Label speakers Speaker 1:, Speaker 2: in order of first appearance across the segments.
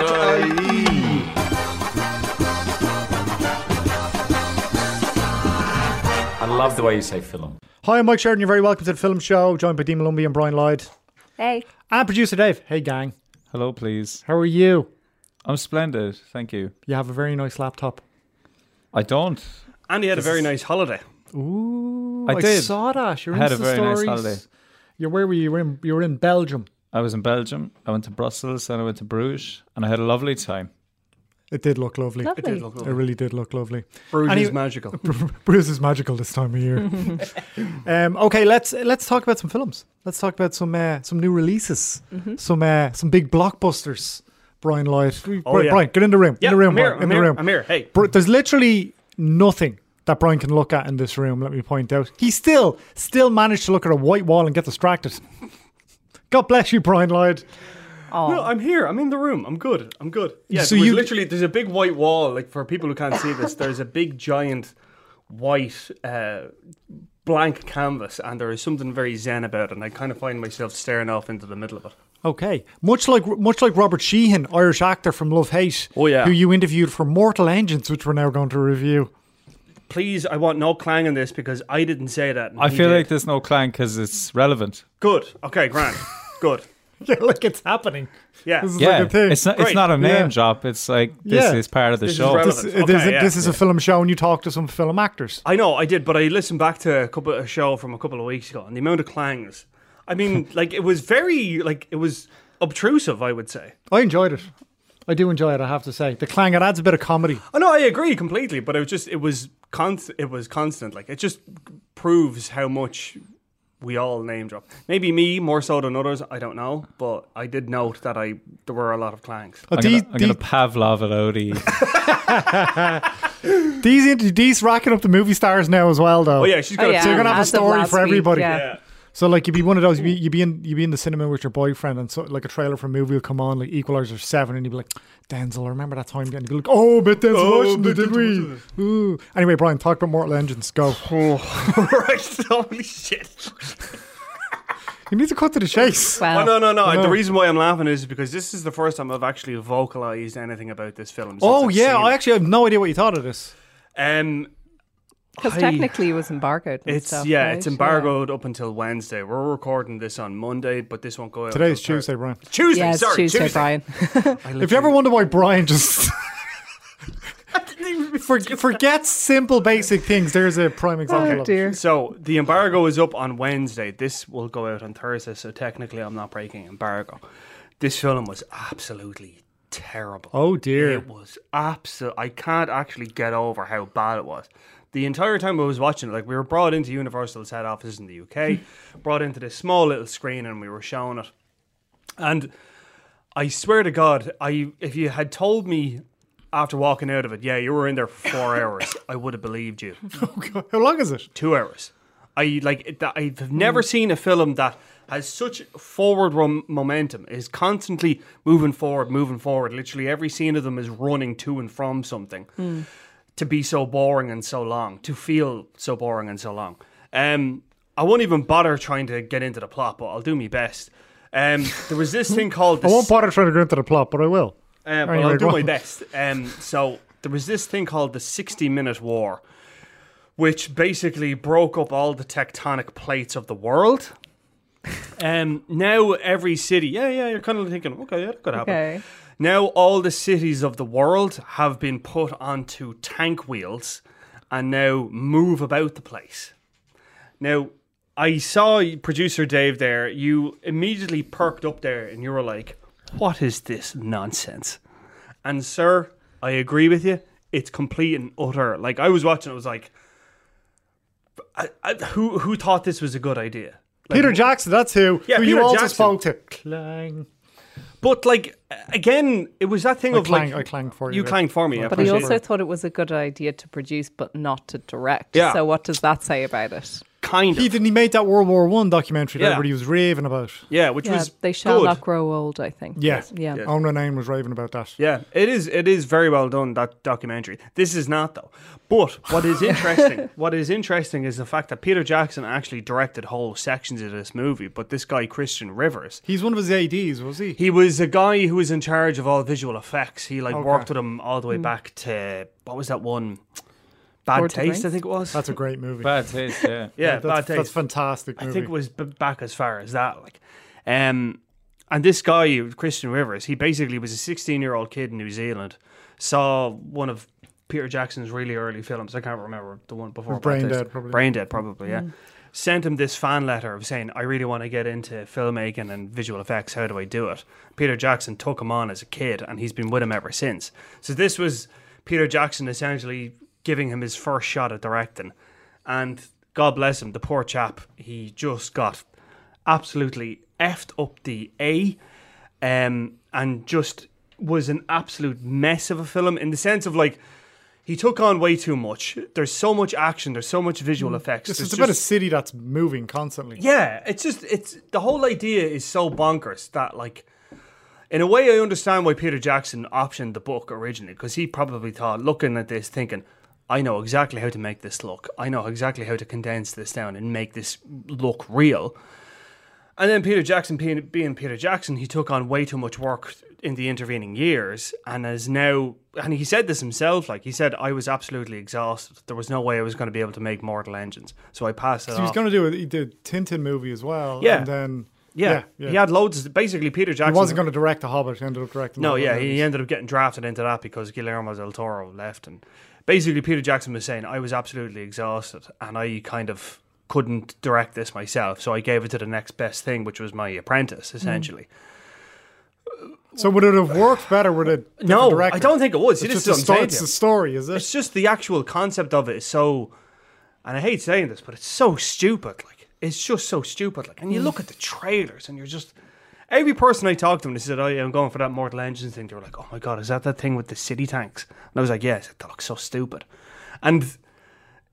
Speaker 1: entertainment.ie.
Speaker 2: I love the way you say film.
Speaker 3: Hi, I'm Mike Sheridan. You're very welcome to the film show, joined by Dean Malumbi and Brian Lloyd.
Speaker 4: Hey.
Speaker 3: And producer Dave. Hey, gang.
Speaker 5: Hello, please.
Speaker 3: How are you?
Speaker 5: I'm splendid. Thank you.
Speaker 3: You have a very nice laptop.
Speaker 5: I don't.
Speaker 6: And he had a very nice holiday.
Speaker 3: Ooh,
Speaker 5: I did.
Speaker 3: Oh, saw that. You're
Speaker 5: I had
Speaker 3: Insta
Speaker 5: a very nice
Speaker 3: stories.
Speaker 5: holiday.
Speaker 3: You're where were you? You were in, you were in Belgium.
Speaker 5: I was in Belgium. I went to Brussels. Then I went to Bruges, and I had a lovely time.
Speaker 3: It did look lovely.
Speaker 4: Lovely.
Speaker 6: did look
Speaker 3: It really did look lovely.
Speaker 6: Bruges
Speaker 3: And he-
Speaker 6: is magical.
Speaker 3: Bruce is magical this time of year. um, okay, let's let's talk about some films. Let's talk about some uh, some new releases, some uh, some big blockbusters. Brian Lloyd,
Speaker 6: Oh,
Speaker 3: Brian,
Speaker 6: yeah.
Speaker 3: Brian, get in the room.
Speaker 6: Yeah,
Speaker 3: in the room,
Speaker 6: I'm here,
Speaker 3: Brian,
Speaker 6: I'm
Speaker 3: in the
Speaker 6: here,
Speaker 3: room.
Speaker 6: I'm here. Hey.
Speaker 3: Br- there's literally nothing that Brian can look at in this room. Let me point out, he still still managed to look at a white wall and get distracted. God bless you, Brian Lloyd.
Speaker 4: Oh.
Speaker 6: No, I'm here. I'm in the room. I'm good. I'm good. Yeah,
Speaker 3: So
Speaker 6: so you
Speaker 3: you-
Speaker 6: literally there's a big white wall. Like for people who can't see this, there's a big giant white uh, blank canvas, and there is something very zen about it. And I kind of find myself staring off into the middle of it.
Speaker 3: Okay, much like much like Robert Sheehan, Irish actor from Love Hate,
Speaker 6: Oh, yeah.
Speaker 3: who you interviewed for Mortal Engines, which we're now going to review.
Speaker 6: Please, I want no clang in this because I didn't say that. and
Speaker 5: I
Speaker 6: he
Speaker 5: feel
Speaker 6: did.
Speaker 5: like there's no clang because it's relevant.
Speaker 6: good. Okay, grand. good.
Speaker 3: Yeah, like it's happening.
Speaker 6: Yeah.
Speaker 3: This is
Speaker 5: yeah,
Speaker 3: like a thing.
Speaker 5: it's not. It's
Speaker 6: Great.
Speaker 5: not a name
Speaker 3: Yeah.
Speaker 5: drop. It's like this
Speaker 3: Yeah.
Speaker 5: is part of the
Speaker 6: This is
Speaker 5: show.
Speaker 6: relevant.
Speaker 3: this,
Speaker 6: Okay,
Speaker 3: this is-
Speaker 6: yeah.
Speaker 3: this is a film show, and you talk to some film actors.
Speaker 6: I know I did, but I listened back to a couple a show from a couple of weeks ago, and the amount of clangs. I mean, like it was very like it was obtrusive. I would say.
Speaker 3: I enjoyed it. I do enjoy it. I have to say, the clang it adds a bit of comedy.
Speaker 6: Oh no, I agree completely, but it was just it was constant. It was constant. Like it just proves how much we all name drop. Maybe me more so than others. I don't know, but I did note that I there were a lot of clangs.
Speaker 3: Uh,
Speaker 5: I'm,
Speaker 3: these,
Speaker 5: gonna, I'm gonna Pavlov it out. of you.
Speaker 3: these, these int- these racking up the movie stars now as well, though.
Speaker 6: Oh yeah, she's got
Speaker 4: Oh,
Speaker 6: a
Speaker 4: yeah.
Speaker 3: So you're gonna have a
Speaker 4: As of
Speaker 3: story
Speaker 4: last
Speaker 3: for
Speaker 4: week,
Speaker 3: everybody.
Speaker 6: yeah.
Speaker 4: yeah.
Speaker 3: So like you'd be one of those you'd be, you'd be in you'd be in the cinema with your boyfriend and so like a trailer for a movie will come on like Equalizer seven and you'd be like Denzel I remember that time and you'd be like oh but Denzel
Speaker 6: Oh,
Speaker 3: Washington Oh.
Speaker 6: but
Speaker 3: did
Speaker 6: Denzel
Speaker 3: we Ooh. anyway Brian talk about Mortal Engines go
Speaker 6: right. Holy shit.
Speaker 3: you need to cut to the chase
Speaker 4: Wow.
Speaker 6: Oh, no, no, no.
Speaker 3: No.
Speaker 6: The reason why I'm laughing is because this is the first time I've actually vocalized anything about this film. since
Speaker 3: oh
Speaker 6: I've
Speaker 3: yeah
Speaker 6: seen
Speaker 3: I actually have no idea what you thought of this
Speaker 6: it. um,
Speaker 4: Because
Speaker 6: I-
Speaker 4: technically it was embargoed. and
Speaker 6: it's
Speaker 4: stuff,
Speaker 6: yeah,
Speaker 4: right?
Speaker 6: it's embargoed up until Wednesday. We're recording this on Monday, but this won't go out.
Speaker 3: today's
Speaker 6: till Thursday.
Speaker 3: Tuesday Brian
Speaker 6: Tuesday,
Speaker 4: Yeah, it's
Speaker 6: sorry,
Speaker 4: Tuesday,
Speaker 6: Tuesday.
Speaker 4: Brian.
Speaker 3: if you ever wonder why Brian just for, forgets simple basic things there's a prime example
Speaker 4: Oh
Speaker 3: of it.
Speaker 4: dear.
Speaker 6: So the embargo is up on Wednesday. This will go out on Thursday, so technically I'm not breaking embargo. This film was absolutely terrible.
Speaker 3: Oh, dear.
Speaker 6: It was absolute. I can't actually get over how bad it was. The entire time I was watching it, like we were brought into Universal's head offices in the UK, brought into this small little screen, and we were shown it. And I swear to God, I if you had told me after walking out of it, yeah, you were in there for four hours, I would have believed you
Speaker 3: how long is it
Speaker 6: two hours. I like it- that. I've
Speaker 3: Hmm.
Speaker 6: never seen a film that has such forward rom- momentum. Is constantly moving forward, moving forward. Literally every scene of them is running to and from something.
Speaker 3: Hmm.
Speaker 6: To be so boring and so long. To feel so boring and so long. Um, I won't even bother trying to get into the plot, but I'll do my best. Um, there was this thing called. The
Speaker 3: I won't
Speaker 6: s-
Speaker 3: bother trying to go into the plot but I will
Speaker 6: uh, well,
Speaker 3: Anyway,
Speaker 6: I'll
Speaker 3: go
Speaker 6: do my
Speaker 3: on.
Speaker 6: best. Um, so there was this thing called the 60 Minute War, which basically broke up all the tectonic plates of the world. Um, now every city, yeah, yeah, you're kind of thinking, okay, yeah, that could happen.
Speaker 4: Okay.
Speaker 6: Now all the cities of the world have been put onto tank wheels and now move about the place. Now, I saw producer Dave there. You immediately perked up there and you were like, what is this nonsense? And, sir, I agree with you. It's complete and utter. Like, I was watching, it was like, I, I, who, who thought this was a good idea? Like,
Speaker 3: Peter Jackson, that's who.
Speaker 6: Yeah,
Speaker 3: who
Speaker 6: Peter
Speaker 3: you also
Speaker 6: Jackson.
Speaker 3: spoke to. Clang.
Speaker 6: But like again, it was that thing
Speaker 3: I
Speaker 6: of
Speaker 3: clanged-
Speaker 6: like
Speaker 3: I clanged for you
Speaker 6: You
Speaker 3: there.
Speaker 6: clanged for me, I
Speaker 3: But
Speaker 4: But he
Speaker 6: appreciate
Speaker 4: also
Speaker 6: it.
Speaker 4: thought it was a good idea to produce but not to direct.
Speaker 6: Yeah.
Speaker 4: So what does that say about it?
Speaker 6: kind
Speaker 3: He
Speaker 6: of.
Speaker 3: didn't. He made that World War One documentary that
Speaker 6: Yeah.
Speaker 3: everybody was raving about.
Speaker 6: Yeah, which
Speaker 4: yeah,
Speaker 6: was
Speaker 4: they shall
Speaker 6: good.
Speaker 4: not grow old. I think.
Speaker 3: Yeah,
Speaker 4: Yeah.
Speaker 6: Yeah.
Speaker 3: Owen Renane was raving about that.
Speaker 6: Yeah, it is. It is very well done that documentary. This is not though. But what is interesting, what is interesting is the fact that Peter Jackson actually directed whole sections of this movie. But this guy Christian Rivers,
Speaker 3: He's one of his ads, was he?
Speaker 6: he was a guy who was in charge of all visual effects. He like
Speaker 3: Okay.
Speaker 6: worked with him all the way back to what was that one? Bad
Speaker 4: Hmm. Lord of the
Speaker 6: Taste, I
Speaker 4: Rings?
Speaker 6: think it was.
Speaker 3: That's a great movie.
Speaker 5: Bad taste, yeah.
Speaker 6: yeah,
Speaker 3: that's,
Speaker 6: Bad Taste.
Speaker 3: That's fantastic. Movie.
Speaker 6: I think it was b- back as far as that. Like, um, and this guy Christian Rivers, he basically was a 16 year old kid in New Zealand, saw one of Peter Jackson's really early films. I can't remember the one before. Bad
Speaker 3: Brain
Speaker 6: Taste.
Speaker 3: Dead, probably.
Speaker 6: Brain Dead, probably. Yeah. Sent him this fan letter of saying, "I really want to get into filmmaking and visual effects. How do I do it?" Peter Jackson took him on as a kid, and he's been with him ever since. So this was Peter Jackson essentially giving him his first shot at directing and God bless him, the poor chap, he just got absolutely effed up the A, um, and just was an absolute mess of a film in the sense of like he took on way too much. There's so much action. There's so much visual effects.
Speaker 3: It's,
Speaker 6: there's
Speaker 3: it's about a
Speaker 6: just-
Speaker 3: city that's moving constantly.
Speaker 6: yeah, it's just it's the whole idea is so bonkers that like in a way I understand why Peter Jackson optioned the book originally because he probably thought looking at this thinking I know exactly how to make this look. I know exactly how to condense this down and make this look real. And then Peter Jackson being, being Peter Jackson, he took on way too much work in the intervening years and is now and he said this himself like he said I was absolutely exhausted. There was no way I was going to be able to make Mortal Engines. So I passed it
Speaker 3: He was
Speaker 6: off.
Speaker 3: going to do a he did Tintin movie as well.
Speaker 6: Yeah.
Speaker 3: and then
Speaker 6: Yeah.
Speaker 3: yeah,
Speaker 6: he had loads. Of, basically, Peter
Speaker 3: He
Speaker 6: Jackson
Speaker 3: wasn't going to direct The Hobbit. He ended up directing.
Speaker 6: No,
Speaker 3: all the
Speaker 6: yeah,
Speaker 3: others.
Speaker 6: he ended up getting drafted into that because Guillermo del Toro left, and basically Peter Jackson was saying I was absolutely exhausted, and I kind of couldn't direct this myself, so I gave it to the next best thing, which was my
Speaker 3: Mm-hmm.
Speaker 6: apprentice, essentially.
Speaker 3: So would it have worked better with a different
Speaker 6: No,
Speaker 3: director?
Speaker 6: I don't think it was. See,
Speaker 3: It's
Speaker 6: this
Speaker 3: just a
Speaker 6: is what
Speaker 3: story,
Speaker 6: I'm saying
Speaker 3: it's
Speaker 6: to
Speaker 3: a
Speaker 6: you.
Speaker 3: story, is it?
Speaker 6: It's just the actual concept of it is so, and I hate saying this, but it's so stupid. Like it's just so stupid. Like, and you look at the trailers, and you're just every person I talked to, and they said, "Oh, yeah, I'm going for that Mortal Engines thing." They were like, "Oh my god, is that that thing with the city tanks?" And I was like, "Yes, that looks so stupid," and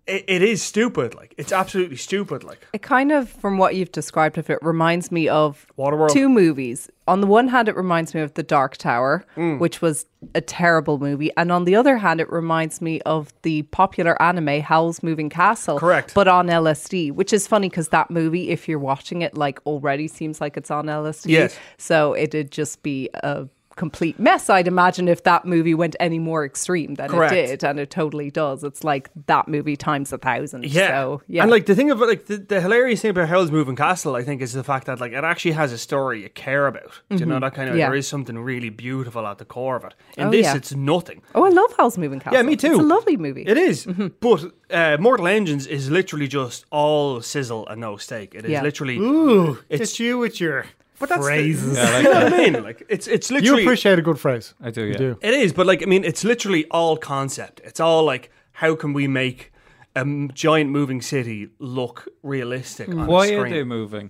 Speaker 6: it, it is stupid. Like it's absolutely stupid. Like
Speaker 4: It kind of, from what you've described of it, reminds me of
Speaker 6: Waterworld.
Speaker 4: two movies. On the one hand, it reminds me of The Dark Tower,
Speaker 6: Mm.
Speaker 4: which was a terrible movie. And on the other hand, it reminds me of the popular anime Howl's Moving Castle.
Speaker 6: Correct.
Speaker 4: But on LSD, which is funny because that movie, if you're watching it, like already seems like it's on LSD.
Speaker 6: Yes.
Speaker 4: So it'd just be a complete mess, I'd imagine, if that movie went any more extreme than
Speaker 6: Correct.
Speaker 4: it did. And it totally does. It's like that movie times a thousand. So, yeah.
Speaker 6: And like the thing about like the, the hilarious thing about Hell's Moving Castle, I think, is the fact that like it actually has a story you care about. Do you know that kind of
Speaker 4: Mm-hmm. Yeah.
Speaker 6: there is something really beautiful at the core of it. In
Speaker 4: Oh,
Speaker 6: this,
Speaker 4: yeah.
Speaker 6: it's nothing.
Speaker 4: Oh, I love Howl's Moving Castle.
Speaker 6: Yeah, me too.
Speaker 4: It's a lovely movie.
Speaker 6: It is.
Speaker 4: Mm-hmm.
Speaker 6: But uh, Mortal Engines is literally just all sizzle and no steak. It is
Speaker 4: Yeah.
Speaker 6: literally.
Speaker 3: Ooh,
Speaker 6: It's-
Speaker 3: it's you with your
Speaker 6: But that's the-
Speaker 3: phrases.
Speaker 5: Yeah, I like
Speaker 6: You know
Speaker 5: that.
Speaker 6: what I mean? Like it's it's
Speaker 3: you
Speaker 6: literally.
Speaker 3: appreciate a good phrase.
Speaker 5: I do,
Speaker 3: You
Speaker 5: yeah.
Speaker 3: do.
Speaker 6: It is, but like I mean, it's literally all concept. It's all like how can we make a m- giant moving city look realistic on a
Speaker 5: Why
Speaker 6: screen?
Speaker 5: are they moving?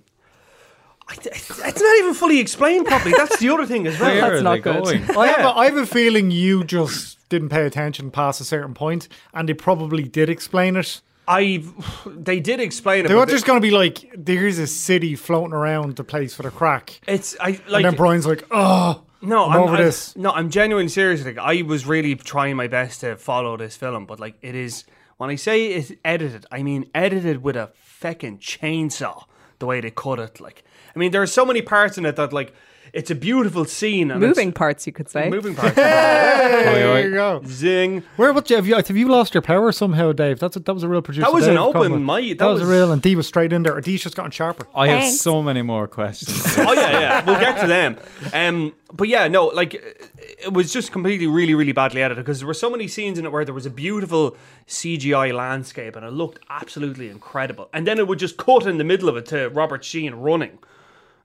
Speaker 6: I- It's it's not even fully explained properly. That's the other thing as
Speaker 5: Where
Speaker 6: well.
Speaker 5: are
Speaker 4: not
Speaker 5: they
Speaker 4: good.
Speaker 5: going?
Speaker 6: Oh,
Speaker 3: I, have a, I have a feeling you just didn't pay attention past a certain point, and they probably did explain it.
Speaker 6: I, they did explain it.
Speaker 3: They
Speaker 6: but
Speaker 3: were just going to be like, "There's a city floating around the place for the crack,"
Speaker 6: it's I
Speaker 3: and
Speaker 6: like
Speaker 3: then Brian's like, "Oh,
Speaker 6: no.
Speaker 3: I'm over this."
Speaker 6: No, I'm genuinely serious. Like I was really trying my best to follow this film, but like it is when I say it's edited, I mean edited with a feckin' chainsaw. The way they cut it, like I mean, there are so many parts in it that like it's a beautiful scene. And it's-
Speaker 4: moving parts, you could say.
Speaker 6: moving parts.
Speaker 5: Oi, oi.
Speaker 3: there you go."
Speaker 6: Zing.
Speaker 3: Where what have you have you lost your power somehow, Dave? That's a, that was a real producer.
Speaker 6: That was an
Speaker 3: Dave
Speaker 6: open
Speaker 3: comment.
Speaker 6: mic.
Speaker 3: That,
Speaker 6: That
Speaker 3: was,
Speaker 6: was-
Speaker 3: a real, and D was straight in there. or D's just gotten sharper.
Speaker 5: I have
Speaker 4: Thanks.
Speaker 5: so many more questions.
Speaker 6: oh yeah, yeah. We'll get to them. Um, but yeah, no, like it was just completely, really, really badly edited because there were so many scenes in it where there was a beautiful CGI landscape and it looked absolutely incredible, and then it would just cut in the middle of it to Robert Sheen running.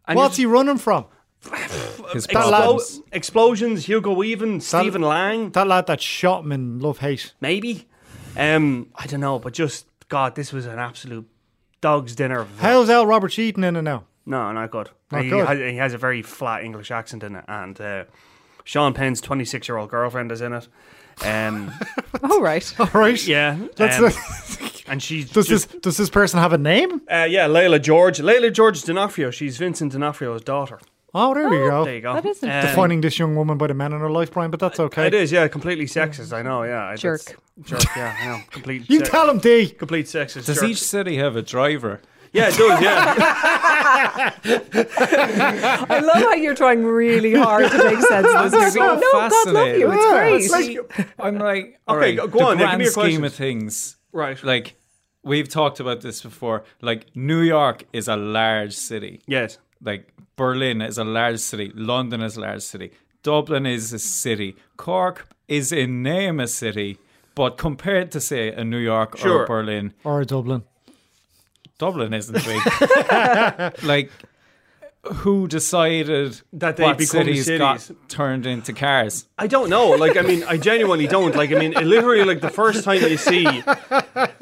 Speaker 6: And
Speaker 3: What's he
Speaker 6: you
Speaker 3: running from?
Speaker 5: His
Speaker 6: just-
Speaker 5: problems.
Speaker 6: explo- explosions? Hugo Weaving, Stephen Lang,
Speaker 3: That lad that shot him in Love Hate.
Speaker 6: maybe. Um, I don't know, but just God, this was an absolute dog's dinner. Of
Speaker 3: How's Al Robert Sheaton in and now?
Speaker 6: No, not good.
Speaker 3: Not
Speaker 6: he,
Speaker 3: Oh, good.
Speaker 6: Has, he has a very flat English accent in it, and uh, Sean Penn's 26 year old girlfriend is in it. Um,
Speaker 4: All right.
Speaker 3: All right.
Speaker 6: yeah.
Speaker 3: That's
Speaker 6: um,
Speaker 3: the
Speaker 6: and she's
Speaker 3: Does
Speaker 6: just,
Speaker 3: this does this person have a name?
Speaker 6: uh, yeah, Layla George, Layla George D'Onofrio. She's Vincent D'Onofrio's daughter.
Speaker 3: Oh, there you go.
Speaker 6: There you go.
Speaker 4: That isn't
Speaker 6: Um,
Speaker 3: Defining this young woman by the men in her life, Brian, but that's okay.
Speaker 6: It is, yeah, completely sexist. I know, yeah, I- that's-
Speaker 4: Jerk.
Speaker 6: jerk, yeah, yeah, complete.
Speaker 3: You
Speaker 6: se-
Speaker 3: tell him, D.
Speaker 6: complete sexist.
Speaker 5: Does
Speaker 6: jerk.
Speaker 5: each city have a driver?
Speaker 6: Yeah, it does. Yeah,
Speaker 4: I love how you're trying really hard to make sense of
Speaker 5: I'm
Speaker 4: this movie.
Speaker 5: so
Speaker 4: no, God love you. It's
Speaker 5: fascinated.
Speaker 4: great.
Speaker 5: I'm like, all right,
Speaker 6: Okay, go- go
Speaker 5: the
Speaker 6: on,
Speaker 5: grand
Speaker 6: yeah, give me your
Speaker 5: scheme
Speaker 6: questions.
Speaker 5: of things,
Speaker 6: right.
Speaker 5: like we've talked about this before. Like New York is a large city.
Speaker 6: yes,
Speaker 5: Like Berlin is a large city. London is a large city. Dublin is a city. Cork is in name a city, but compared to say a New York
Speaker 6: Sure.
Speaker 5: or a Berlin,
Speaker 3: Or Dublin.
Speaker 5: Dublin isn't big. like, who decided
Speaker 6: That they
Speaker 5: what
Speaker 6: become
Speaker 5: cities, got
Speaker 6: cities.
Speaker 5: turned into cars?
Speaker 6: I don't know. Like, I mean, I genuinely don't. Like, I mean, literally, like the first time you see,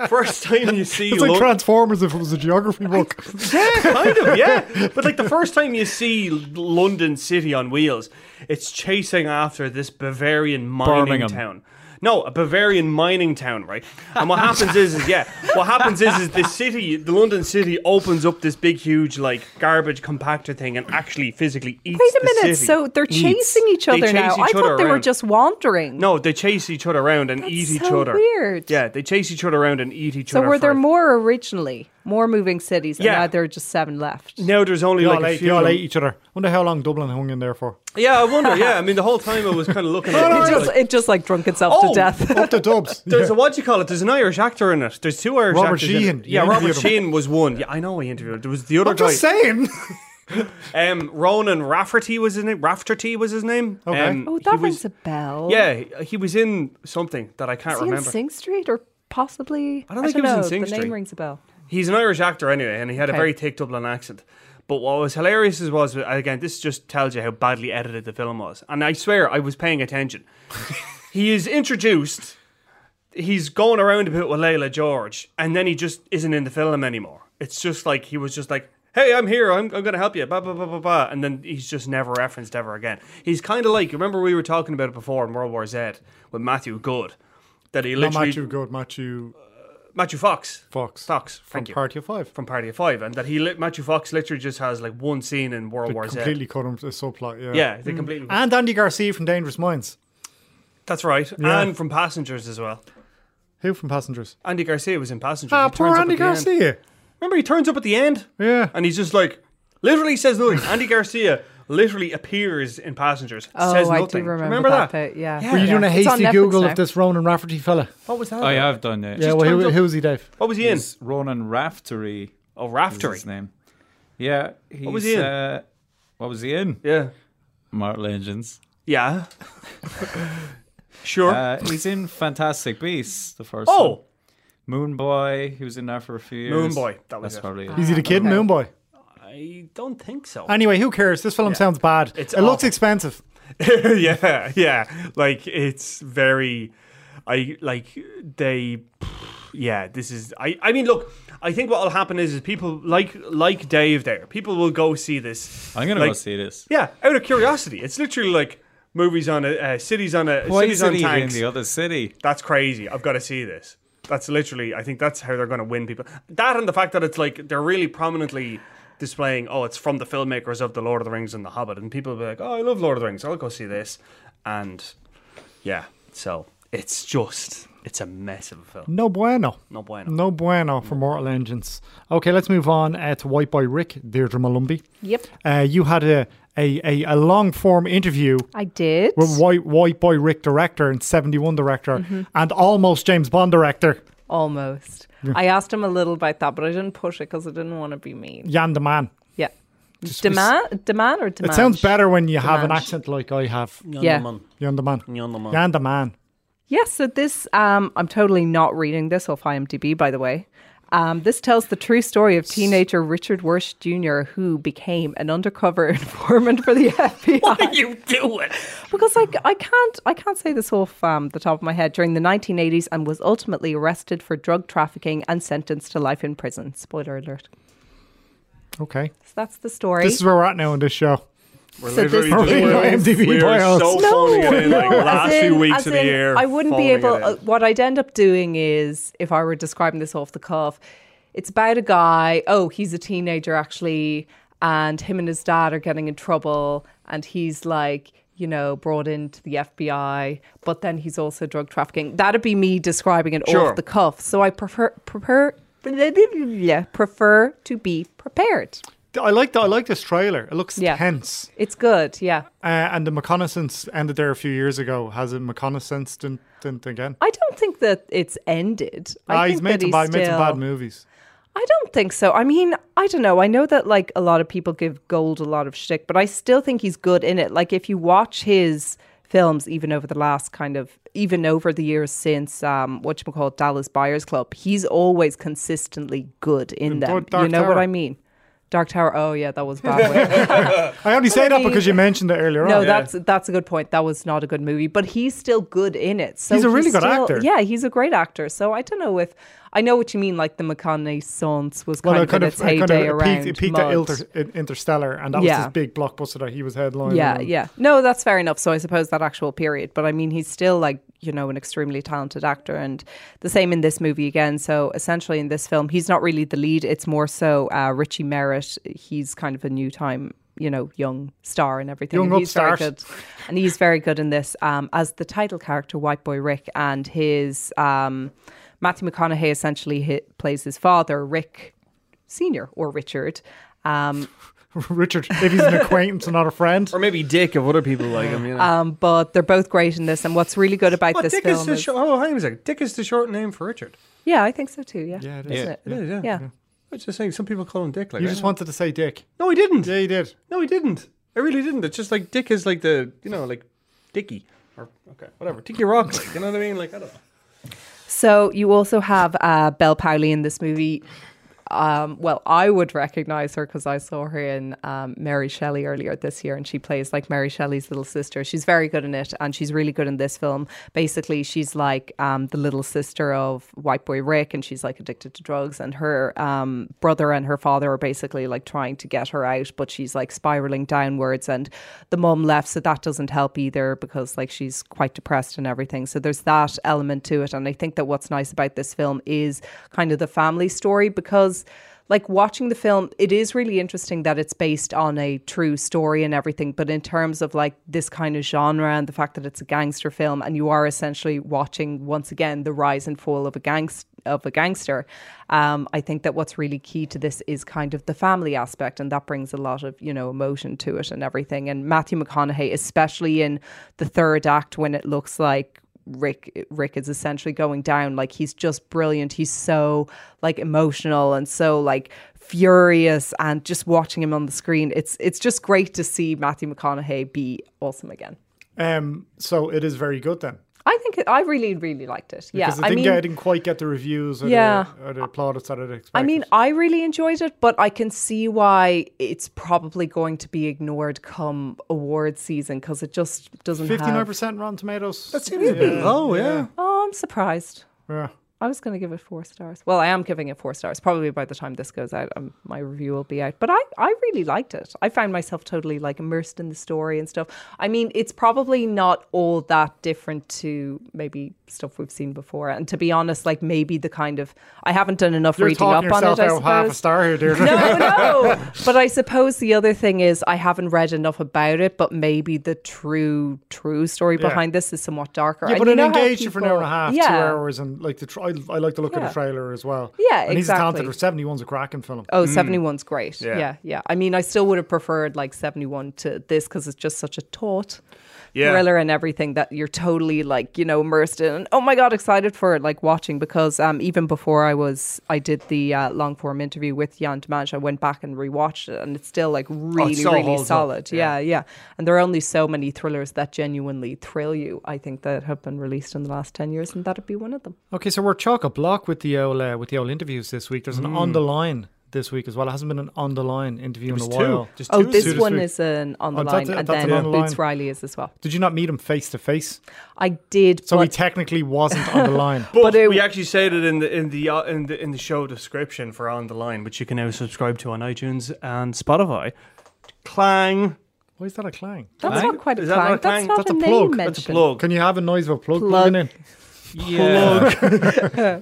Speaker 6: first time you see,
Speaker 3: It's like
Speaker 6: Lon-
Speaker 3: Transformers if it was a geography book.
Speaker 6: kind of, yeah. But like the first time you see London City on wheels, it's chasing after this Bavarian mining
Speaker 5: Birmingham.
Speaker 6: town. No, a Bavarian mining town, right? And what happens is, is yeah, what happens is, is the city, the London city, opens up this big, huge, like garbage compactor thing, and actually physically eats.
Speaker 4: Wait a
Speaker 6: the
Speaker 4: minute.
Speaker 6: city.
Speaker 4: So they're chasing each
Speaker 6: They
Speaker 4: other
Speaker 6: chase
Speaker 4: now.
Speaker 6: each
Speaker 4: I thought
Speaker 6: other
Speaker 4: they were
Speaker 6: around.
Speaker 4: just wandering.
Speaker 6: No, they chase each other around and
Speaker 4: That's
Speaker 6: eat each
Speaker 4: so
Speaker 6: other.
Speaker 4: weird.
Speaker 6: Yeah, they chase each other around and eat each
Speaker 4: So
Speaker 6: other.
Speaker 4: were there
Speaker 6: for-
Speaker 4: more originally? More moving cities, and
Speaker 6: Yeah.
Speaker 4: now there are just seven left.
Speaker 6: Now there's only
Speaker 3: They all,
Speaker 6: like a
Speaker 3: ate, they
Speaker 6: few.
Speaker 3: all
Speaker 6: of
Speaker 3: ate
Speaker 6: them.
Speaker 3: each other. Wonder how long Dublin hung in there for.
Speaker 6: Yeah, I wonder. Yeah, I mean, the whole time I was kind of looking. at
Speaker 4: It
Speaker 6: it,
Speaker 4: just,
Speaker 6: like-
Speaker 4: it just like drunk itself
Speaker 6: Oh!
Speaker 4: to death.
Speaker 3: Up the dubs.
Speaker 6: There's a what do you call it? There's an Irish actor in it. There's two Irish
Speaker 3: Robert
Speaker 6: actors. in it.
Speaker 3: Sheehan. You
Speaker 6: Yeah, Robert
Speaker 3: interviewed him.
Speaker 6: Sheehan was one. Yeah, I know I interviewed. him. There was the other
Speaker 3: I'm just
Speaker 6: guy.
Speaker 3: saying.
Speaker 6: Um, Ronan Rafferty was his name. Rafferty was his name.
Speaker 3: Okay.
Speaker 6: Um,
Speaker 4: oh,
Speaker 6: he
Speaker 4: that
Speaker 6: was-
Speaker 4: rings a bell.
Speaker 6: Yeah, he- he was in something that I can't
Speaker 4: Is he in
Speaker 6: remember.
Speaker 4: Sing Street or possibly?
Speaker 6: I don't think he was in
Speaker 4: know,
Speaker 6: Sing
Speaker 4: the
Speaker 6: Street.
Speaker 4: name rings a bell.
Speaker 6: He's an Irish actor anyway, and he had a
Speaker 4: Okay.
Speaker 6: very thick Dublin accent. But what was hilarious is was again, this just tells you how badly edited the film was. And I swear I was paying attention. he is introduced, he's going around a bit with Layla George, and then he just isn't in the film anymore. It's just like he was just like, Hey, I'm here, I'm, I'm gonna help you, blah blah blah blah blah and then he's just never referenced ever again. He's kinda like remember we were talking about it before in World War Z with Matthew Good. That he
Speaker 3: Not
Speaker 6: literally
Speaker 3: Matthew Good, Matthew
Speaker 6: Matthew Fox.
Speaker 3: Fox.
Speaker 6: Fox,
Speaker 3: From
Speaker 6: thank you
Speaker 3: Party of Five.
Speaker 6: from Party of Five, and that he lit Matthew Fox literally just has like one scene in World
Speaker 3: They
Speaker 6: War
Speaker 3: completely
Speaker 6: Z.
Speaker 3: cut him to the subplot, yeah.
Speaker 6: Yeah, they completely.
Speaker 4: Mm.
Speaker 3: And Andy Garcia from Dangerous Minds.
Speaker 6: That's right, and from Passengers as well.
Speaker 3: Who from Passengers?
Speaker 6: Andy Garcia was in Passengers.
Speaker 3: Ah,
Speaker 6: He
Speaker 3: poor
Speaker 6: turns up
Speaker 3: Andy
Speaker 6: at the end.
Speaker 3: Garcia.
Speaker 6: Remember, he turns up at the end,
Speaker 3: Yeah.
Speaker 6: and he's just like, literally says nothing. Andy Garcia literally appears in Passengers,
Speaker 4: Oh,
Speaker 6: says
Speaker 4: I
Speaker 6: nothing.
Speaker 4: do remember,
Speaker 6: that?
Speaker 4: bit, Yeah.
Speaker 3: Were you
Speaker 4: Yeah.
Speaker 3: doing a
Speaker 4: It's on
Speaker 3: hasty
Speaker 4: Netflix
Speaker 3: Google
Speaker 4: now.
Speaker 3: of this Ronan Rafferty fella?
Speaker 6: What was that?
Speaker 5: I
Speaker 6: about?
Speaker 5: have Oh, done it.
Speaker 3: Oh, Yeah, well,
Speaker 6: turns
Speaker 3: who,
Speaker 6: up-
Speaker 3: who was he, Dave?
Speaker 6: What was he in?
Speaker 5: It's Ronan Raftery.
Speaker 6: Oh,
Speaker 5: is
Speaker 6: Raftery.
Speaker 5: his name. Yeah. He's,
Speaker 6: was he in?
Speaker 5: Uh, what was he in?
Speaker 6: Yeah,
Speaker 5: Martin Legends.
Speaker 6: yeah. sure.
Speaker 5: Uh, he's in Fantastic Beasts, the first one.
Speaker 6: oh,
Speaker 5: Moon Boy. He was in there for a few years.
Speaker 6: Moon Boy. That was
Speaker 5: That's
Speaker 6: it.
Speaker 5: probably it.
Speaker 3: Is he the
Speaker 6: Ah,
Speaker 3: kid in
Speaker 4: Okay.
Speaker 3: Moonboy?
Speaker 6: I don't think so.
Speaker 3: Anyway, who cares? This film sounds bad.
Speaker 6: It's
Speaker 3: it looks
Speaker 6: awful.
Speaker 3: expensive.
Speaker 6: yeah, yeah. Like it's very, I like they. Yeah, this is. I. I mean, look. I think what will happen is, is people like like Dave. There, people will go see this.
Speaker 5: I'm going to
Speaker 6: like,
Speaker 5: go see this.
Speaker 6: Yeah, out of curiosity, it's literally like movies on a uh, cities on a
Speaker 5: Why
Speaker 6: cities
Speaker 5: is
Speaker 6: on
Speaker 5: he in
Speaker 6: tanks.
Speaker 5: the other city?
Speaker 6: that's crazy. I've got to see this. That's literally. I think that's how they're going to win people. That and the fact that it's like they're really prominently displaying. Oh, it's from the filmmakers of the Lord of the Rings and the Hobbit, and people will be like, "Oh, I love Lord of the Rings. I'll go see this." And yeah, so it's just it's a mess of a film.
Speaker 3: No bueno.
Speaker 6: No bueno.
Speaker 3: No bueno for Mortal Engines. Okay, let's move on uh, to White Boy Rick, Deirdre Malumbi.
Speaker 4: Yep,
Speaker 3: Uh, you had a, a, a, a long form interview
Speaker 4: I did.
Speaker 3: with White, White Boy Rick director and 71 director and almost James Bond director,
Speaker 4: Almost. I asked him a little about that, but I didn't push it because I didn't want to be mean.
Speaker 3: Jan de Man.
Speaker 4: Yeah. Demand, demand, or
Speaker 3: It
Speaker 4: demand.
Speaker 3: sounds better when you have an
Speaker 4: Demanche.
Speaker 3: accent like I have.
Speaker 4: Yeah.
Speaker 3: Jan de Man. Jan de Man.
Speaker 4: Yes, so this, um, I'm totally not reading this off IMDb, by the way. Um, this tells the true story of teenager Richard Worsh Jr., who became an undercover informant for the FBI.
Speaker 6: You do it.
Speaker 4: because like I can't I can't say this off um, the top of my head during the 1980s and was ultimately arrested for drug trafficking and sentenced to life in prison. Spoiler alert.
Speaker 3: Okay.
Speaker 4: So that's the story.
Speaker 3: This is where we're at now in this show.
Speaker 6: We're
Speaker 4: So this-
Speaker 6: literally
Speaker 4: Are we
Speaker 6: just,
Speaker 4: on
Speaker 3: IMDb
Speaker 6: we're
Speaker 3: bios?
Speaker 6: so
Speaker 4: No,
Speaker 6: phoning it in like
Speaker 4: no, as
Speaker 6: last
Speaker 4: in-
Speaker 6: few weeks
Speaker 4: as
Speaker 6: of the
Speaker 4: in,
Speaker 6: year.
Speaker 4: I wouldn't be
Speaker 6: phoning it
Speaker 4: able.
Speaker 6: in.
Speaker 4: uh, what I'd end up doing is, if I were describing this off the cuff, it's about a guy. Oh, he's a teenager actually, and him and his dad are getting in trouble, and he's like, you know, brought into the FBI, but then he's also drug trafficking. That'd be me describing it
Speaker 6: Sure.
Speaker 4: off the cuff. So I prefer prefer. Yeah, prefer to be prepared.
Speaker 3: I like the, I like this trailer. It looks
Speaker 4: Yeah.
Speaker 3: tense,
Speaker 4: It's good, yeah.
Speaker 3: uh, and the reconnaissance ended there a few years ago. Has it reconnaissance didn't, didn't again?
Speaker 4: I don't think that it's ended. I
Speaker 3: Ah,
Speaker 4: think
Speaker 3: he's made
Speaker 4: that
Speaker 3: some,
Speaker 4: he's
Speaker 3: bad, made some
Speaker 4: still-
Speaker 3: bad movies.
Speaker 4: I don't think so. I mean, I don't know. I know that like a lot of people give Gold a lot of shtick, but I still think he's good in it. Like if you watch his films, even over the last kind of, even over the years since um, what you call Dallas Buyers Club, he's always consistently good in them.
Speaker 3: Dark
Speaker 4: you know what
Speaker 3: Tower.
Speaker 4: I mean? Dark Tower. Oh yeah, that was bad.
Speaker 3: I only say
Speaker 4: I
Speaker 3: that
Speaker 4: mean-
Speaker 3: because you mentioned it earlier
Speaker 4: no,
Speaker 3: on.
Speaker 4: that's that's a good point. That was not a good movie, but he's still good in it. So
Speaker 3: He's a really good
Speaker 4: still-
Speaker 3: actor.
Speaker 4: Yeah, he's a great actor. So I don't know if I know what you mean. Like the reconnaissance was kind
Speaker 3: Well,
Speaker 4: of
Speaker 3: it kind
Speaker 4: in
Speaker 3: of,
Speaker 4: its
Speaker 3: it
Speaker 4: heyday
Speaker 3: kind of it
Speaker 4: around.
Speaker 3: peaked, it peaked
Speaker 4: Mud.
Speaker 3: at Inter, in- Interstellar, and that was
Speaker 4: Yeah.
Speaker 3: his big blockbuster that he was headlining.
Speaker 4: yeah,
Speaker 3: and-
Speaker 4: yeah. No, that's fair enough. So I suppose that actual period, but I mean, he's still like you know an extremely talented actor, and the same in this movie again. So essentially, in this film, he's not really the lead. It's more so uh, Richie Merritt. He's kind of a new time. You know, young star and everything.
Speaker 3: Young
Speaker 4: and he's very
Speaker 3: upstart.
Speaker 4: good and he's very good in this um, as the title character, White Boy Rick, and his um, Matthew McConaughey essentially hit, plays his father, Rick Senior or Richard. Um,
Speaker 3: Richard, if he's an acquaintance and not a friend,
Speaker 6: or maybe Dick if other people like him. You know.
Speaker 4: um, but they're both great in this, and what's really good about
Speaker 6: Well,
Speaker 4: this
Speaker 6: Dick is
Speaker 4: film
Speaker 6: the
Speaker 4: is,
Speaker 6: short. Oh, hang on a second. Dick is the short name for Richard.
Speaker 4: yeah, I think so too. Yeah,
Speaker 3: Yeah, it
Speaker 4: Isn't
Speaker 5: is.
Speaker 4: it?
Speaker 6: It is, yeah.
Speaker 4: Yeah.
Speaker 6: I was just saying, some people call him Dick. Like
Speaker 3: you
Speaker 6: I
Speaker 3: just
Speaker 6: know.
Speaker 3: wanted to say Dick.
Speaker 6: No, he didn't.
Speaker 3: Yeah, you did.
Speaker 6: No, he didn't. I really didn't. It's just like Dick is like the you know like Dicky or okay whatever Dicky Rock. Like, you know what I mean? Like I don't know.
Speaker 4: So you also have uh, Belle Powley in this movie. Um, well, I would recognize her because I saw her in um, Mary Shelley earlier this year, and she plays like Mary Shelley's little sister. She's very good in it, and she's really good in this film. Basically, she's like um, the little sister of White Boy Rick, and she's like addicted to drugs. And her um, brother and her father are basically like trying to get her out, but she's like spiraling downwards. And the mum left, so that doesn't help either because like she's quite depressed and everything. So there's that element to it. And I think that what's nice about this film is kind of the family story because like watching the film, it is really interesting that it's based on a true story and everything. But in terms of like this kind of genre and the fact that it's a gangster film, and you are essentially watching once again the rise and fall of a gangster of a gangster, um, I think that what's really key to this is kind of the family aspect, and that brings a lot of you know emotion to it and everything. And Matthew McConaughey, especially in the third act, when it looks like Rick Rick is essentially going down. Like he's just brilliant. He's so like emotional and so like furious and just watching him on the screen. It's it's just great to see Matthew McConaughey be awesome again.
Speaker 3: Um, so it is very good then.
Speaker 4: I think it, I really really liked it. Yeah,
Speaker 3: Because I
Speaker 4: I
Speaker 3: didn't,
Speaker 4: mean,
Speaker 3: get, I didn't quite get the reviews or,
Speaker 4: Yeah.
Speaker 3: the, or the plaudits that I'd expected.
Speaker 4: I mean, I really enjoyed it, but I can see why it's probably going to be ignored come award season because it just doesn't. have-
Speaker 3: 59% Rotten Tomatoes.
Speaker 6: That seems a bit low. Yeah.
Speaker 4: Oh, I'm surprised.
Speaker 3: Yeah.
Speaker 4: I was going to give it four stars. Well, I am giving it four stars. Probably by the time this goes out, um, my review will be out. But I, I really liked it. I found myself totally like immersed in the story and stuff. I mean, it's probably not all that different to maybe stuff we've seen before. And to be honest, like maybe the kind of I haven't done enough
Speaker 3: You're
Speaker 4: reading up
Speaker 3: talking
Speaker 4: on
Speaker 3: yourself
Speaker 4: it. I
Speaker 3: out
Speaker 4: suppose.
Speaker 3: of half a star here, Deirdre.
Speaker 4: No, no. But I suppose the other thing is I haven't read enough about it, but maybe the true, true story
Speaker 3: Yeah.
Speaker 4: behind this is somewhat darker.
Speaker 3: Yeah,
Speaker 4: And
Speaker 3: but
Speaker 4: you
Speaker 3: it
Speaker 4: know how
Speaker 3: engaged you for an hour and a
Speaker 4: people-
Speaker 3: half,
Speaker 4: yeah.
Speaker 3: two hours, and like the tra- I, I like the look of
Speaker 4: Yeah.
Speaker 3: the trailer as well.
Speaker 4: Yeah,
Speaker 3: and he's a talented.
Speaker 4: exactly.
Speaker 3: Seventy one's a cracking film.
Speaker 4: Oh, 71's great.
Speaker 6: Yeah.
Speaker 4: Yeah. yeah, I mean, I still would have preferred like 71 to this because it's just such a taut
Speaker 6: Yeah.
Speaker 4: thriller and everything that you're totally like, you know, immersed in. And, oh my God, excited for it, like watching because um, even before I was, I did the uh, long form interview with Jan Demange, I went back and rewatched it and it's still like really,
Speaker 6: still
Speaker 4: really
Speaker 6: holds up.
Speaker 4: solid. Yeah. yeah, And there are only so many thrillers that genuinely thrill you, I think, that have been released in the last 10 years and that'd be one of them.
Speaker 3: Okay, so we're chock a block with the old uh, with the old interviews this week. There's an on the line this week as well. It hasn't been an on the line interview in a
Speaker 6: There's
Speaker 3: while.
Speaker 6: two. Just
Speaker 4: Oh,
Speaker 6: two
Speaker 4: this
Speaker 3: this
Speaker 4: one
Speaker 3: week.
Speaker 4: is an on the
Speaker 3: Oh,
Speaker 4: line,
Speaker 3: that's a-
Speaker 4: and
Speaker 3: that's
Speaker 4: then
Speaker 3: an on the
Speaker 4: Boots
Speaker 3: line.
Speaker 4: Riley is as well.
Speaker 3: Did you not meet him face to face?
Speaker 4: I did.
Speaker 3: So he
Speaker 4: but-
Speaker 3: technically wasn't on the line.
Speaker 6: But,
Speaker 4: But it-
Speaker 6: we actually said it in the in the uh, in the in the show description for on the line, which you can now subscribe to on iTunes and Spotify. Clang.
Speaker 3: Why is that a clang?
Speaker 4: That's
Speaker 5: Clang?
Speaker 4: not quite a
Speaker 6: Is that
Speaker 4: clang.
Speaker 6: not a
Speaker 4: That's
Speaker 6: clang?
Speaker 4: not
Speaker 3: That's
Speaker 4: a,
Speaker 3: a
Speaker 4: name
Speaker 3: plug. That's a
Speaker 4: mention.
Speaker 6: That's a plug.
Speaker 3: Can you have a noise of a plug,
Speaker 4: Plug.
Speaker 3: plugging in?
Speaker 5: Yeah.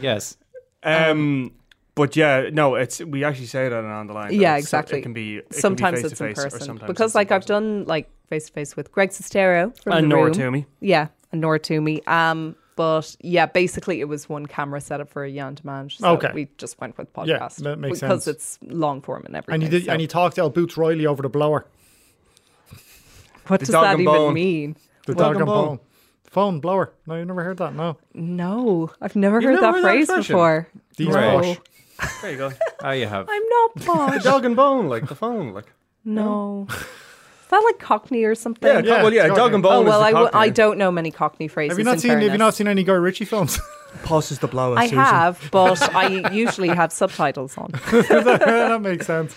Speaker 5: yes.
Speaker 6: Um, but yeah, no, it's we actually say that on the line. though.
Speaker 4: Yeah,
Speaker 6: It's-
Speaker 4: exactly.
Speaker 6: It can be it
Speaker 4: Sometimes
Speaker 6: can be
Speaker 4: it's in
Speaker 6: face-to-face or
Speaker 4: person
Speaker 6: sometimes
Speaker 4: because,
Speaker 6: it's
Speaker 4: like,
Speaker 6: in
Speaker 4: I've
Speaker 6: person.
Speaker 4: done like face to face with Greg Sestero from
Speaker 6: and
Speaker 4: the
Speaker 6: Nora
Speaker 4: room.
Speaker 6: Toomey.
Speaker 4: Yeah, and Nora Toomey. Um, but yeah, basically it was one camera setup for a Jan Demange. So
Speaker 3: Okay.
Speaker 4: we just went with podcast.
Speaker 3: Yeah, that makes
Speaker 4: because
Speaker 3: sense.
Speaker 4: it's long form and everything.
Speaker 3: And you did,
Speaker 4: so-
Speaker 3: and you talked El Boots Riley over the blower,
Speaker 4: what
Speaker 6: The
Speaker 4: does
Speaker 6: dog
Speaker 4: that
Speaker 6: and
Speaker 4: even
Speaker 6: bone.
Speaker 4: mean?
Speaker 3: the
Speaker 6: Plug
Speaker 3: dog
Speaker 6: and
Speaker 3: and
Speaker 6: bone.
Speaker 3: bone, phone blower. No, you never heard that. No,
Speaker 4: No, I've never
Speaker 6: You've
Speaker 4: heard
Speaker 6: never
Speaker 4: that
Speaker 6: heard that
Speaker 4: phrase
Speaker 6: expression?
Speaker 4: before.
Speaker 3: these
Speaker 5: Right.
Speaker 3: wash.
Speaker 6: There you go.
Speaker 5: I have.
Speaker 4: I'm not
Speaker 6: the
Speaker 4: posh.
Speaker 6: dog and bone, like the phone, like
Speaker 4: no. Is that like Cockney or something?
Speaker 6: yeah,
Speaker 3: Yeah,
Speaker 6: well, yeah,
Speaker 3: dog
Speaker 6: dog
Speaker 3: and-
Speaker 6: and
Speaker 4: Oh
Speaker 6: bone.
Speaker 4: well,
Speaker 6: is
Speaker 4: I,
Speaker 6: the
Speaker 4: w- I
Speaker 6: cockney.
Speaker 4: don't know many Cockney phrases.
Speaker 3: Have you not
Speaker 4: in
Speaker 3: seen? Have you not
Speaker 4: fairness.
Speaker 3: seen any Guy Ritchie films?
Speaker 6: passes the blower.
Speaker 4: I
Speaker 6: Susan.
Speaker 4: have, but I usually have subtitles on.
Speaker 3: that makes sense.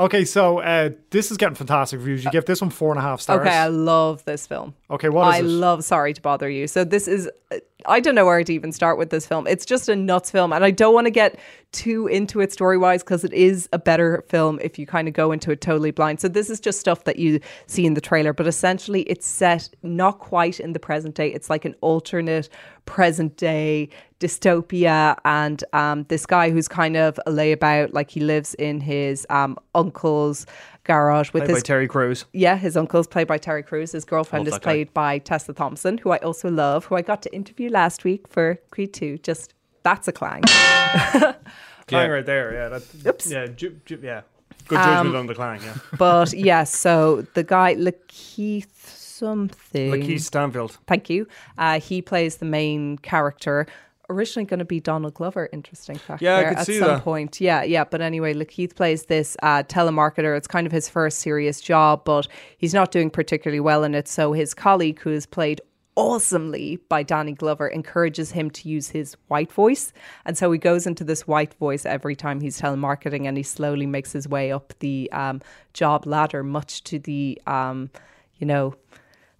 Speaker 3: Okay, so uh, this is getting fantastic reviews. You give this one four and a half stars.
Speaker 4: Okay, I love this film.
Speaker 3: Okay, what is
Speaker 4: I
Speaker 3: it?
Speaker 4: love Sorry to Bother You. So this is uh, I don't know where to even start with this film. It's just a nuts film and I don't want to get too into it story-wise cuz it is a better film if you kind of go into it totally blind. So this is just stuff that you see in the trailer, but essentially it's set not quite in the present day. It's like an alternate present day dystopia and um, this guy who's kind of a layabout like he lives in his um, uncle's garage with
Speaker 6: Played by
Speaker 4: his
Speaker 6: Terry Crews.
Speaker 4: yeah, his uncle's played by Terry Crews. His girlfriend is
Speaker 6: Love that guy.
Speaker 4: played by Tessa Thompson, who I also love, who I got to interview last week for Creed 2. Just that's a clang.
Speaker 6: Clang right there. Yeah. That,
Speaker 4: Oops.
Speaker 6: Yeah. Ju- ju- yeah. Good judgment on the clang. Yeah.
Speaker 4: but yeah, so the guy, Lakeith something.
Speaker 6: Lakeith Stanfield.
Speaker 4: Thank you. Uh, he plays the main character. Originally going to be Donald Glover, interesting fact.
Speaker 6: Yeah, I
Speaker 4: there
Speaker 6: could
Speaker 4: at
Speaker 6: see
Speaker 4: some
Speaker 6: that.
Speaker 4: point. Yeah, yeah. But anyway, Lakeith plays this uh, telemarketer. It's kind of his first serious job, but he's not doing particularly well in it. So his colleague, who is played awesomely by Danny Glover, encourages him to use his white voice. And so he goes into this white voice every time he's telemarketing and he slowly makes his way up the um, job ladder, much to the, um, you know,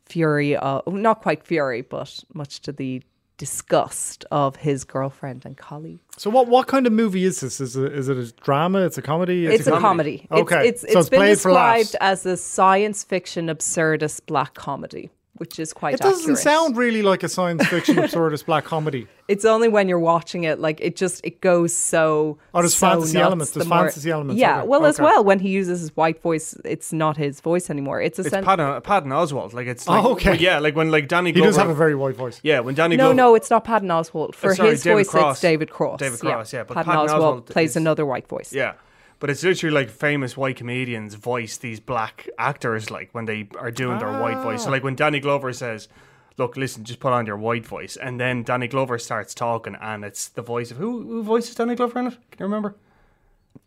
Speaker 4: fury of not quite fury but much to the disgust of his girlfriend and colleague
Speaker 3: So what what kind of movie is this? Is it, is it a drama? It's a comedy.
Speaker 4: it's, a comedy,
Speaker 3: Okay,
Speaker 4: it's, it's,
Speaker 3: so
Speaker 4: been
Speaker 3: played for laughs.
Speaker 4: described as a science fiction absurdist black comedy which is quite
Speaker 3: It doesn't
Speaker 4: accurate.
Speaker 3: sound really like a science fiction absurdist black comedy.
Speaker 4: it's only when you're watching it like it just it goes so
Speaker 3: Oh, there's
Speaker 4: so
Speaker 3: fantasy
Speaker 4: nuts,
Speaker 3: elements,
Speaker 4: the
Speaker 3: there's
Speaker 4: more-
Speaker 3: fantasy elements,
Speaker 4: yeah
Speaker 3: okay,
Speaker 4: well as
Speaker 3: okay.
Speaker 4: well when he uses his white voice it's not his voice anymore it's a
Speaker 6: It's Patton, Patton Oswald. Like it's. Like,
Speaker 3: Oh, okay.
Speaker 6: well, yeah. Like when like Danny.
Speaker 3: He
Speaker 6: Glover,
Speaker 3: does have a very wide voice.
Speaker 6: Yeah. When Danny.
Speaker 4: No,
Speaker 6: Glover,
Speaker 4: no, it's not Patton Oswald. For
Speaker 6: Uh, sorry,
Speaker 4: his
Speaker 6: David
Speaker 4: voice,
Speaker 6: Cross.
Speaker 4: it's David Cross.
Speaker 6: David Cross, yeah, but
Speaker 4: Patton,
Speaker 6: Patton
Speaker 4: Oswald,
Speaker 6: Oswalt
Speaker 4: plays
Speaker 6: is-
Speaker 4: another white voice.
Speaker 6: Yeah. But it's literally like famous white comedians voice these black actors like when they are doing their white voice. So like when Danny Glover says, "Look, listen, just put on your white voice," and then Danny Glover starts talking, and it's the voice of who? Who voices Danny Glover in it? Can you remember?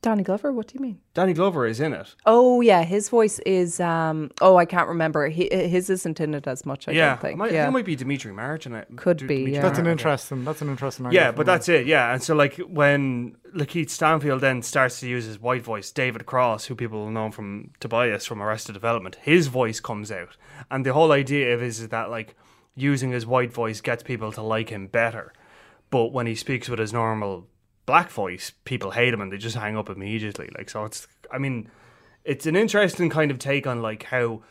Speaker 4: Danny Glover, what do you mean?
Speaker 6: Danny Glover is in it.
Speaker 4: Oh yeah, his voice is. um Oh, I can't remember. He, his isn't in it as much. I
Speaker 6: yeah,
Speaker 4: don't think.
Speaker 6: it might, I
Speaker 4: yeah.
Speaker 6: think it might be Dimitri March in it.
Speaker 4: Could be,
Speaker 6: Dimitri
Speaker 4: yeah.
Speaker 3: That's an
Speaker 6: March, okay.
Speaker 3: interesting. That's an interesting. angle
Speaker 6: Yeah,
Speaker 3: from
Speaker 6: but
Speaker 3: that.
Speaker 6: that's it. Yeah, and so like when Lakeith Stanfield then starts to use his white voice, David Cross, who people will know from Tobias from Arrested Development, his voice comes out, and the whole idea of it is that like using his white voice gets people to like him better, but when he speaks with his normal black voice, people hate him and they just hang up immediately. Like so, it's I mean, it's an interesting kind of take on like how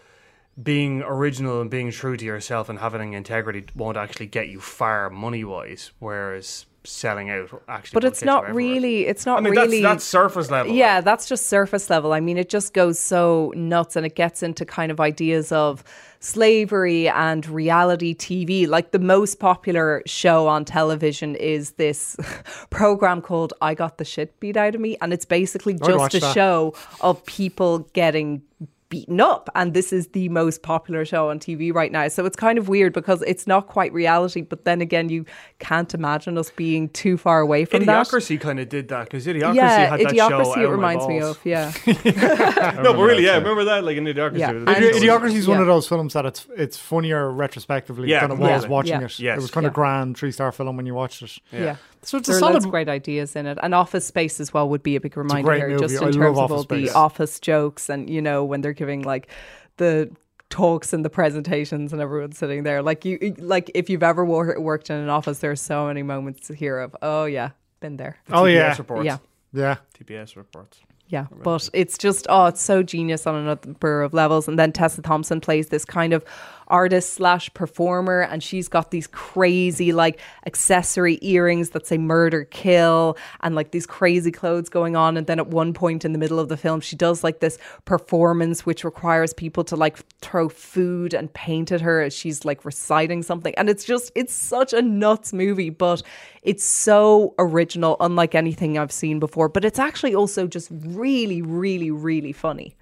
Speaker 6: being original and being true to yourself and having integrity won't actually get you far money wise, whereas selling out actually.
Speaker 4: but
Speaker 6: will
Speaker 4: it's
Speaker 6: get you
Speaker 4: not
Speaker 6: everywhere.
Speaker 4: really. It's not
Speaker 6: I mean,
Speaker 4: really.
Speaker 6: that's that's surface level.
Speaker 4: yeah, that's just surface level. I mean, it just goes so nuts and it gets into kind of ideas of slavery and reality TV. Like the most popular show on television is this program called I Got the Shit Beat Out of Me. And it's basically
Speaker 3: watch
Speaker 4: just a
Speaker 3: that.
Speaker 4: show of people getting beaten up and this is the most popular show on TV right now so it's kind of weird because it's not quite reality but then again you can't imagine us being too far away from that
Speaker 6: Idiocracy kind of did that because Idiocracy
Speaker 4: yeah,
Speaker 6: had that show.
Speaker 4: idiocracy.
Speaker 6: Out
Speaker 4: it
Speaker 6: my
Speaker 4: reminds me
Speaker 6: balls.
Speaker 4: of yeah.
Speaker 6: No, but really, yeah, remember that? Like in Idiocracy.
Speaker 4: Yeah.
Speaker 6: it
Speaker 4: And-
Speaker 6: was-
Speaker 3: Idi- Idiocracy is one
Speaker 4: Yeah.
Speaker 3: of those films that it's it's funnier retrospectively
Speaker 6: Yeah,
Speaker 3: than it was
Speaker 6: completely.
Speaker 3: watching
Speaker 4: Yeah.
Speaker 3: it.
Speaker 6: Yes.
Speaker 3: It was kind of
Speaker 4: Yeah.
Speaker 3: grand three star film when you watched it.
Speaker 4: yeah,
Speaker 3: So it's
Speaker 4: There
Speaker 3: a
Speaker 4: are loads
Speaker 3: solid. Oh,
Speaker 4: of great ideas in it, and Office Space as well would be a big reminder
Speaker 3: great
Speaker 4: here,
Speaker 3: movie.
Speaker 4: just
Speaker 3: I
Speaker 4: in
Speaker 3: love
Speaker 4: terms of
Speaker 3: Office
Speaker 4: all
Speaker 3: Space.
Speaker 4: the office jokes and you know when they're giving like the talks and the presentations and everyone's sitting there. Like you, like if you've ever wor- worked in an office, there's so many moments here of oh yeah, been there.
Speaker 3: Oh yeah,
Speaker 6: TPS reports.
Speaker 4: Yeah,
Speaker 3: yeah.
Speaker 6: TPS reports.
Speaker 4: Yeah, but it's just oh, it's so genius on another number of levels. And then Tessa Thompson plays this kind of artist slash performer, and she's got these crazy like accessory earrings that say murder kill, and like these crazy clothes going on. And then at one point in the middle of the film, she does like this performance which requires people to like throw food and paint at her as she's like reciting something. And it's just it's such a nuts movie, but it's so original, unlike anything I've seen before. But it's actually also just really, really, really funny.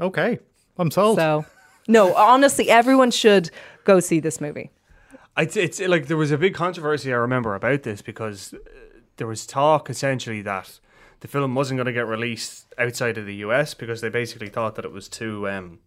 Speaker 3: Okay, I'm
Speaker 6: Oh.
Speaker 3: sold.
Speaker 4: So, no, honestly, everyone should go see this movie.
Speaker 6: It's, it's like there was a big controversy I remember about this because uh, there was talk essentially that the film wasn't going to get released outside of the US because they basically thought that it was too, um,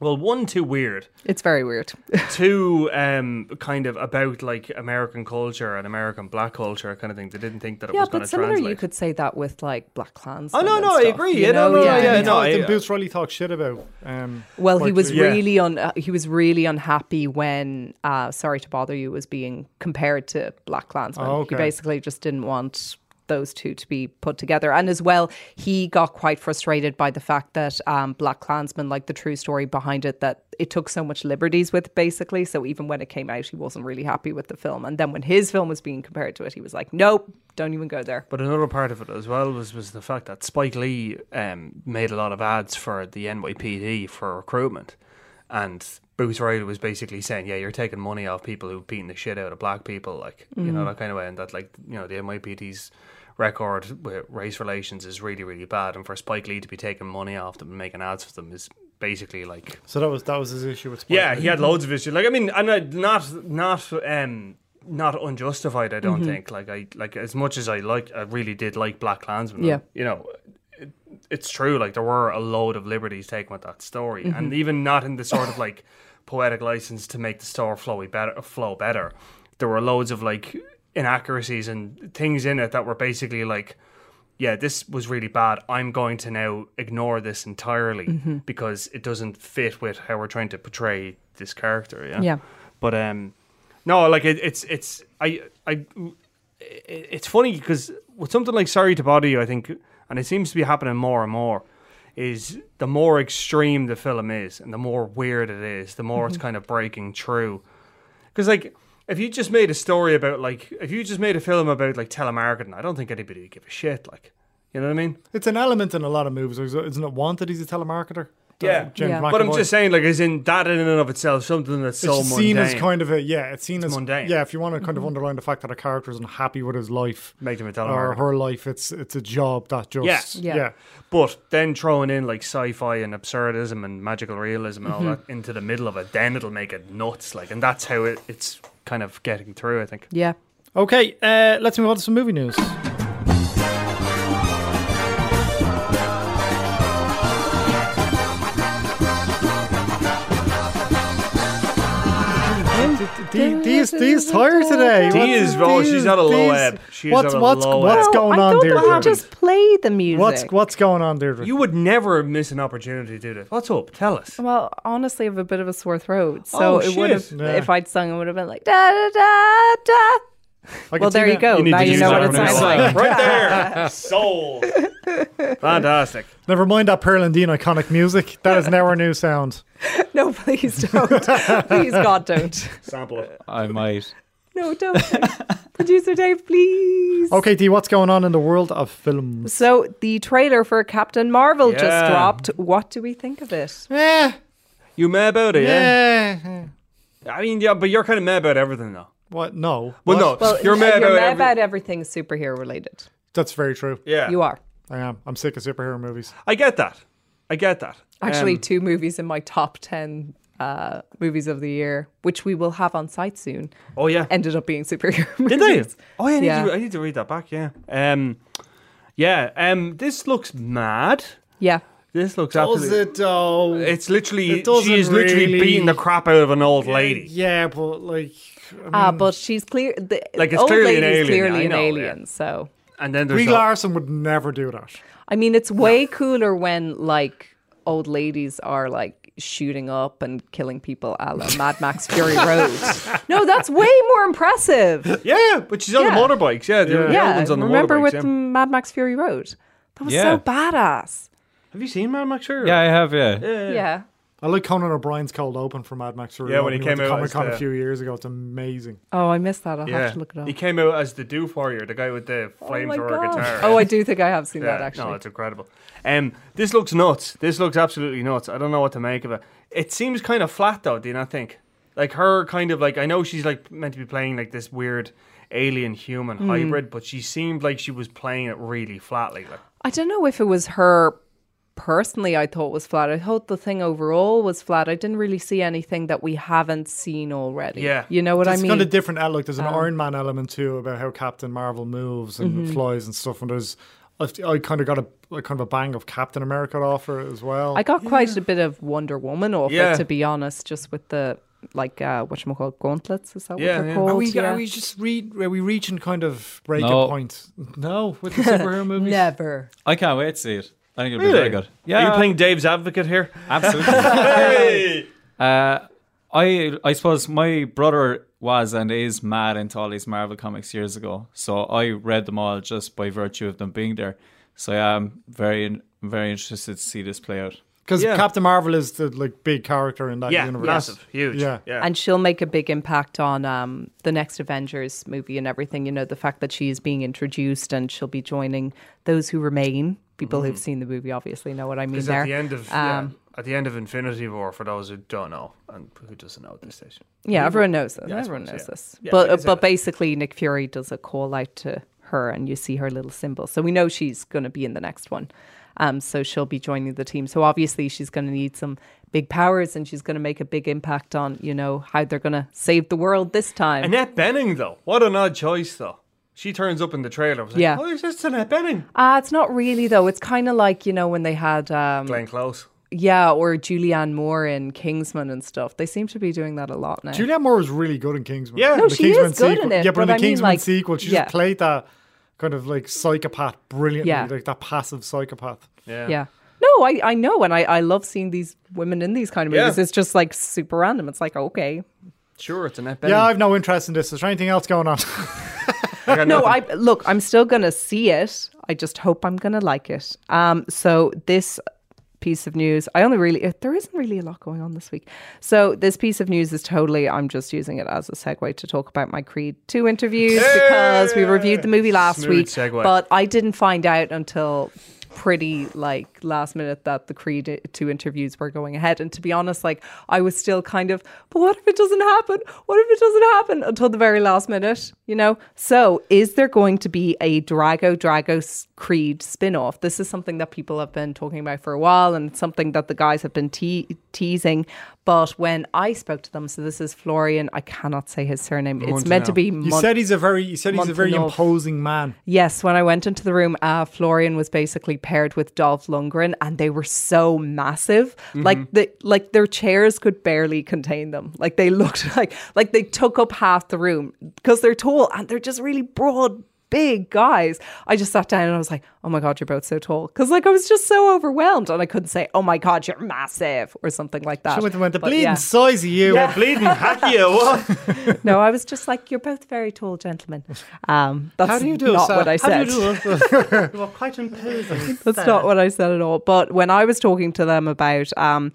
Speaker 6: well, one too weird,
Speaker 4: It's very weird.
Speaker 6: two um, kind of about like American culture and American black culture kind of thing. They didn't think that it
Speaker 4: yeah,
Speaker 6: was going
Speaker 4: but
Speaker 6: to
Speaker 4: similar,
Speaker 6: translate.
Speaker 4: you could say that with like Black Clans.
Speaker 6: Oh, no, no, I agree. Yeah, no, no, yeah,
Speaker 3: yeah,
Speaker 6: yeah, no,
Speaker 3: no, I
Speaker 6: I- uh,
Speaker 3: think Boots really talk shit about. Um,
Speaker 4: Well, he
Speaker 3: Mark
Speaker 4: was
Speaker 3: Lee.
Speaker 6: Yeah.
Speaker 4: really un- uh, he was really unhappy when uh, Sorry to Bother You was being compared to Black Klansman.
Speaker 3: Oh,
Speaker 4: He
Speaker 3: okay.
Speaker 4: basically just didn't want those two to be put together, and as well, he got quite frustrated by the fact that um, Black Klansman, like the true story behind it, that it took so much liberties with basically. So even when it came out, he wasn't really happy with the film. And then when his film was being compared to it, he was like, "Nope, don't even go there."
Speaker 6: But another part of it as well was, was the fact that Spike Lee um, made a lot of ads for the NYPD for recruitment. And Bruce Riley was basically saying, yeah, you're taking money off people who've beaten the shit out of black people, like, you know, that kind of way. And that, like, you know, the NYPD's record with race relations is really, really bad. And for Spike Lee to be taking money off them and making ads for them is basically like
Speaker 3: So that was that was his issue with. Spike
Speaker 6: yeah,
Speaker 3: Lee.
Speaker 6: he had loads of issues. Like I mean, and I, not not um not unjustified. I don't think. Like I like as much as I like, I really did like Black Klansman.
Speaker 4: Yeah.
Speaker 6: you know, it, it's true. Like there were a load of liberties taken with that story, and even not in the sort of like poetic license to make the story flowy better flow better. There were loads of like inaccuracies and things in it that were basically like yeah, this was really bad. I'm going to now ignore this entirely because it doesn't fit with how we're trying to portray this character. Yeah.
Speaker 4: Yeah.
Speaker 6: But um, no, like it, it's it's I I it, it's funny because with something like Sorry to Bother You, I think, and it seems to be happening more and more, is the more extreme the film is and the more weird it is, the more it's kind of breaking through. Because like. If you just made a story about like, if you just made a film about like telemarketing, I don't think anybody would give a shit. Like, you know what I mean?
Speaker 3: It's an element in a lot of movies. Is- Isn't it wanted? He's a telemarketer.
Speaker 6: Yeah.
Speaker 3: James
Speaker 4: Yeah.
Speaker 6: But I'm
Speaker 3: McAvoy.
Speaker 6: just saying, like, as in that in and of itself, something that's
Speaker 3: It's
Speaker 6: so
Speaker 3: just
Speaker 6: mundane.
Speaker 3: seen as kind of a yeah. It's seen as
Speaker 6: mundane.
Speaker 3: Yeah, if you want to kind of
Speaker 4: Mm-hmm.
Speaker 3: underline the fact that a character isn't happy with his life
Speaker 6: Make them a
Speaker 3: or
Speaker 6: telemarketer.
Speaker 3: her life, it's it's a job that just
Speaker 4: Yeah. Yeah.
Speaker 6: But then throwing in like sci-fi and absurdism and magical realism and all that into the middle of it, then it'll make it nuts. Like, and that's how it, it's kind of getting through. I think.
Speaker 4: Yeah.
Speaker 3: Okay, uh, let's move on to some movie news. Dee, Dee is, Dee is tired today.
Speaker 6: Dee
Speaker 3: What's-
Speaker 6: is- oh, she's at a low
Speaker 3: Dee's-
Speaker 6: ebb. She is
Speaker 3: what's
Speaker 6: at a
Speaker 3: what's
Speaker 6: low
Speaker 3: what's
Speaker 6: ebb.
Speaker 3: going
Speaker 4: I
Speaker 3: on,
Speaker 4: thought
Speaker 3: Deirdre?
Speaker 4: we'll just play the music.
Speaker 3: What's what's going on, Deirdre?
Speaker 6: You would never miss an opportunity to do this. What's up? Tell us.
Speaker 4: Well, honestly, I have a bit of a sore throat, so
Speaker 6: Oh,
Speaker 4: it would have
Speaker 3: shit. Yeah.
Speaker 4: if I'd sung, it would have been like da da da da.
Speaker 3: I can
Speaker 4: Well,
Speaker 3: see
Speaker 4: there you
Speaker 3: that.
Speaker 4: go.
Speaker 6: You need
Speaker 4: now
Speaker 6: to
Speaker 4: you
Speaker 6: use
Speaker 4: know
Speaker 6: that
Speaker 4: what it
Speaker 6: on
Speaker 4: sounds
Speaker 6: this
Speaker 4: like.
Speaker 6: one. right there. Sold. Fantastic.
Speaker 3: Never mind that Pearl and Dean iconic music. That is now our new sound.
Speaker 4: No, please don't. please, God, don't.
Speaker 6: Sample it.
Speaker 5: I might.
Speaker 4: No, don't. Producer Dave, please.
Speaker 3: Okay, Dee, what's going on in the world of films?
Speaker 4: So the trailer for Captain Marvel just
Speaker 6: Yeah.
Speaker 4: dropped. What do we think of it?
Speaker 3: Eh,
Speaker 6: You mad about it? Yeah.
Speaker 3: eh, eh.
Speaker 6: I mean, yeah, but you're kind of mad about everything, though.
Speaker 3: What? No.
Speaker 6: Well,
Speaker 3: What?
Speaker 6: no,
Speaker 4: Well,
Speaker 6: you're mad about every- Uh,
Speaker 4: about everything superhero related.
Speaker 3: That's very true.
Speaker 6: Yeah,
Speaker 4: You are
Speaker 3: I am. I'm sick of superhero movies.
Speaker 6: I get that. I get that.
Speaker 4: actually
Speaker 6: Um,
Speaker 4: two movies in my top ten uh, movies of the year, which we will have on site soon.
Speaker 6: oh yeah.
Speaker 4: Ended up being superhero.
Speaker 6: Did
Speaker 4: movies.
Speaker 6: they? Oh, yeah, I need,
Speaker 4: Yeah.
Speaker 6: To, I need to read that back. Yeah. Um, yeah. Um, this looks mad.
Speaker 4: Yeah.
Speaker 6: This looks
Speaker 3: Does
Speaker 6: absolutely.
Speaker 3: it
Speaker 4: um,
Speaker 3: though?
Speaker 6: It's literally
Speaker 3: It doesn't
Speaker 6: she is literally
Speaker 3: really-
Speaker 6: beating the crap out of an old lady.
Speaker 3: Yeah, but like,
Speaker 4: Ah, but she's clear. The
Speaker 6: Like, it's
Speaker 4: old
Speaker 6: clearly
Speaker 4: lady's
Speaker 6: an alien,
Speaker 4: clearly
Speaker 6: I
Speaker 4: an
Speaker 6: know, yeah.
Speaker 4: alien. So,
Speaker 6: And then there's
Speaker 3: Brie
Speaker 6: a-
Speaker 3: Larson would never do that.
Speaker 4: I mean, it's way cooler when like old ladies are like shooting up and killing people, a la Mad Max Fury Road. No, that's way more impressive.
Speaker 6: yeah, but she's on
Speaker 4: Yeah.
Speaker 6: the motorbikes. Yeah, the
Speaker 3: Yeah.
Speaker 6: old
Speaker 4: yeah,
Speaker 6: one's on the
Speaker 4: remember
Speaker 6: motorbikes.
Speaker 4: with
Speaker 6: yeah.
Speaker 4: Mad Max Fury Road. That was
Speaker 5: Yeah.
Speaker 4: so badass.
Speaker 6: Have you seen Mad Max Fury?
Speaker 5: Yeah, I have. Yeah,
Speaker 4: Yeah.
Speaker 3: I like Conan O'Brien's cold open for Mad Max. Fury
Speaker 6: Yeah,
Speaker 3: Road
Speaker 6: when he
Speaker 3: went
Speaker 6: came
Speaker 3: to
Speaker 6: out
Speaker 3: Comic
Speaker 6: as
Speaker 3: Con a
Speaker 6: the-
Speaker 3: few years ago, it's amazing.
Speaker 4: Oh, I missed that. I'll
Speaker 6: Yeah.
Speaker 4: have to look it up.
Speaker 6: He came out as the Doof Warrior, the guy with the flames
Speaker 4: oh, my
Speaker 6: or
Speaker 4: God.
Speaker 6: guitar.
Speaker 4: oh, I do think I have seen that
Speaker 6: Yeah,
Speaker 4: actually.
Speaker 6: No, it's incredible. Um, this looks nuts. This looks absolutely nuts. I don't know what to make of it. It seems kind of flat, though. Do you not think? Like her kind of like I know she's like meant to be playing like this weird alien human
Speaker 4: Hmm.
Speaker 6: hybrid, but she seemed like she was playing it really flatly. Like,
Speaker 4: I don't know if it was her personally I thought was flat. I thought the thing overall was flat. I didn't really see anything that we haven't seen already.
Speaker 6: Yeah.
Speaker 4: You know what
Speaker 3: it's
Speaker 4: I mean? um,
Speaker 3: kind of different outlook. There's an Iron Man element too about how Captain Marvel moves and
Speaker 4: Mm-hmm.
Speaker 3: flies and stuff. And there's, I, I kind of got a, a kind of a bang of Captain America off her as well.
Speaker 4: I got quite a bit of Wonder Woman off
Speaker 6: Yeah.
Speaker 4: it, to be honest, just with the like uh whatchamacallit gauntlets, is that what
Speaker 6: Yeah,
Speaker 4: they're
Speaker 6: yeah.
Speaker 4: called?
Speaker 3: are we,
Speaker 4: Yeah.
Speaker 3: are we just read? Are we reaching kind of breaking
Speaker 5: No.
Speaker 3: point? No, with the superhero movies.
Speaker 4: Never.
Speaker 5: I can't wait to see it. I think it'll be very good. Yeah,
Speaker 6: Are you playing Dave's advocate here?
Speaker 5: absolutely.
Speaker 6: Hey!
Speaker 5: Uh, I I suppose my brother was and is mad into all these Marvel comics years ago, so I read them all just by virtue of them being there. So yeah, I'm very very interested to see this play out.
Speaker 3: because
Speaker 6: Yeah.
Speaker 3: Captain Marvel is the like big character in that
Speaker 6: yeah,
Speaker 3: universe.
Speaker 6: massive, huge.
Speaker 3: Yeah.
Speaker 6: Yeah,
Speaker 4: And she'll make a big impact on um, the next Avengers movie and everything. You know, the fact that she is being introduced and she'll be joining those who remain. People who've seen the movie obviously know what I mean
Speaker 6: Mm. Because
Speaker 4: there.
Speaker 6: at the end of yeah,
Speaker 4: Um,
Speaker 6: at the end of Infinity War, for those who don't know and who doesn't know at this stage,
Speaker 4: Yeah, everyone knows this.
Speaker 6: Yeah, I
Speaker 4: everyone
Speaker 6: suppose,
Speaker 4: knows
Speaker 6: yeah.
Speaker 4: this.
Speaker 6: Yeah,
Speaker 4: but
Speaker 6: you can say
Speaker 4: but
Speaker 6: that.
Speaker 4: basically, Nick Fury does a call out to her, and you see her little symbol. So we know she's going to be in the next one. Um, so she'll be joining the team. So obviously, she's going to need some big powers, and she's going to make a big impact on you know how they're going to save the world this time.
Speaker 6: Annette Benning though, what an odd choice though. She turns up in the trailer. I was like,
Speaker 4: Yeah.
Speaker 6: oh, it's just Annette Benning.
Speaker 4: uh, it's not really though. It's kind of like you know when they had um,
Speaker 6: Glenn Close.
Speaker 4: yeah, or Julianne Moore in Kingsman and stuff. They seem to be doing that a lot now.
Speaker 3: Julianne Moore was really good in Kingsman.
Speaker 6: Yeah. No,
Speaker 3: In
Speaker 4: she is good
Speaker 3: sequel.
Speaker 4: in it,
Speaker 3: Yeah, but in
Speaker 4: but
Speaker 3: the
Speaker 4: I mean,
Speaker 3: Kingsman
Speaker 4: like,
Speaker 3: sequel, she
Speaker 4: yeah.
Speaker 3: just played that kind of like psychopath brilliantly,
Speaker 4: Yeah.
Speaker 3: like that passive psychopath.
Speaker 4: Yeah. No, I, I know, and I, I love seeing these women in these kind of
Speaker 6: Yeah.
Speaker 4: movies. It's just like super random. It's like okay,
Speaker 6: Sure, it's Annette Benning.
Speaker 3: Yeah, I've no interest in this. Is there anything else going on?
Speaker 4: no, I look, I'm still gonna see it. I just hope I'm gonna like it. Um, so this piece of news, I only really there isn't really a lot going on this week. So this piece of news is totally. I'm just using it as a segue to talk about my Creed two interviews because we reviewed the movie last
Speaker 6: Smooth
Speaker 4: week,
Speaker 6: segue.
Speaker 4: but I didn't find out until pretty like last minute that the Creed uh, two interviews were going ahead. And to be honest, like I was still kind of, but what if it doesn't happen? What if it doesn't happen until the very last minute? You know. So is there going to be a Drago Drago s- Creed spin off? This is something that people have been talking about for a while, and something that the guys have been te- teasing. But when I spoke to them, so this is Florian. I cannot say his surname. It's meant to be.
Speaker 3: you
Speaker 4: Mon-
Speaker 3: said he's a very, you said he's a very
Speaker 4: Montanov.
Speaker 3: imposing man.
Speaker 4: Yes, when I went into the room, uh, Florian was basically paired with Dolph Lundgren, and they were so massive,
Speaker 3: Mm-hmm.
Speaker 4: like the like their chairs could barely contain them. Like they looked like like they took up half the room because they're tall and they're just really broad, big guys. I just sat down and I was like, "Oh my god, you're both so tall," because like I was just so overwhelmed, and I couldn't say, "Oh my god, you're massive" or something like that.
Speaker 3: She went, went the
Speaker 4: But
Speaker 3: bleeding
Speaker 4: yeah.
Speaker 3: size of you.
Speaker 6: yeah, bleeding hacky you, what?
Speaker 4: No, I was just like, "You're both very tall gentlemen." Um, that's
Speaker 3: How do you do,
Speaker 4: not
Speaker 3: sir?
Speaker 4: what I
Speaker 3: How
Speaker 4: said.
Speaker 3: do you do? it?
Speaker 6: you are quite imposing.
Speaker 4: That's not what I said at all. But when I was talking to them about um,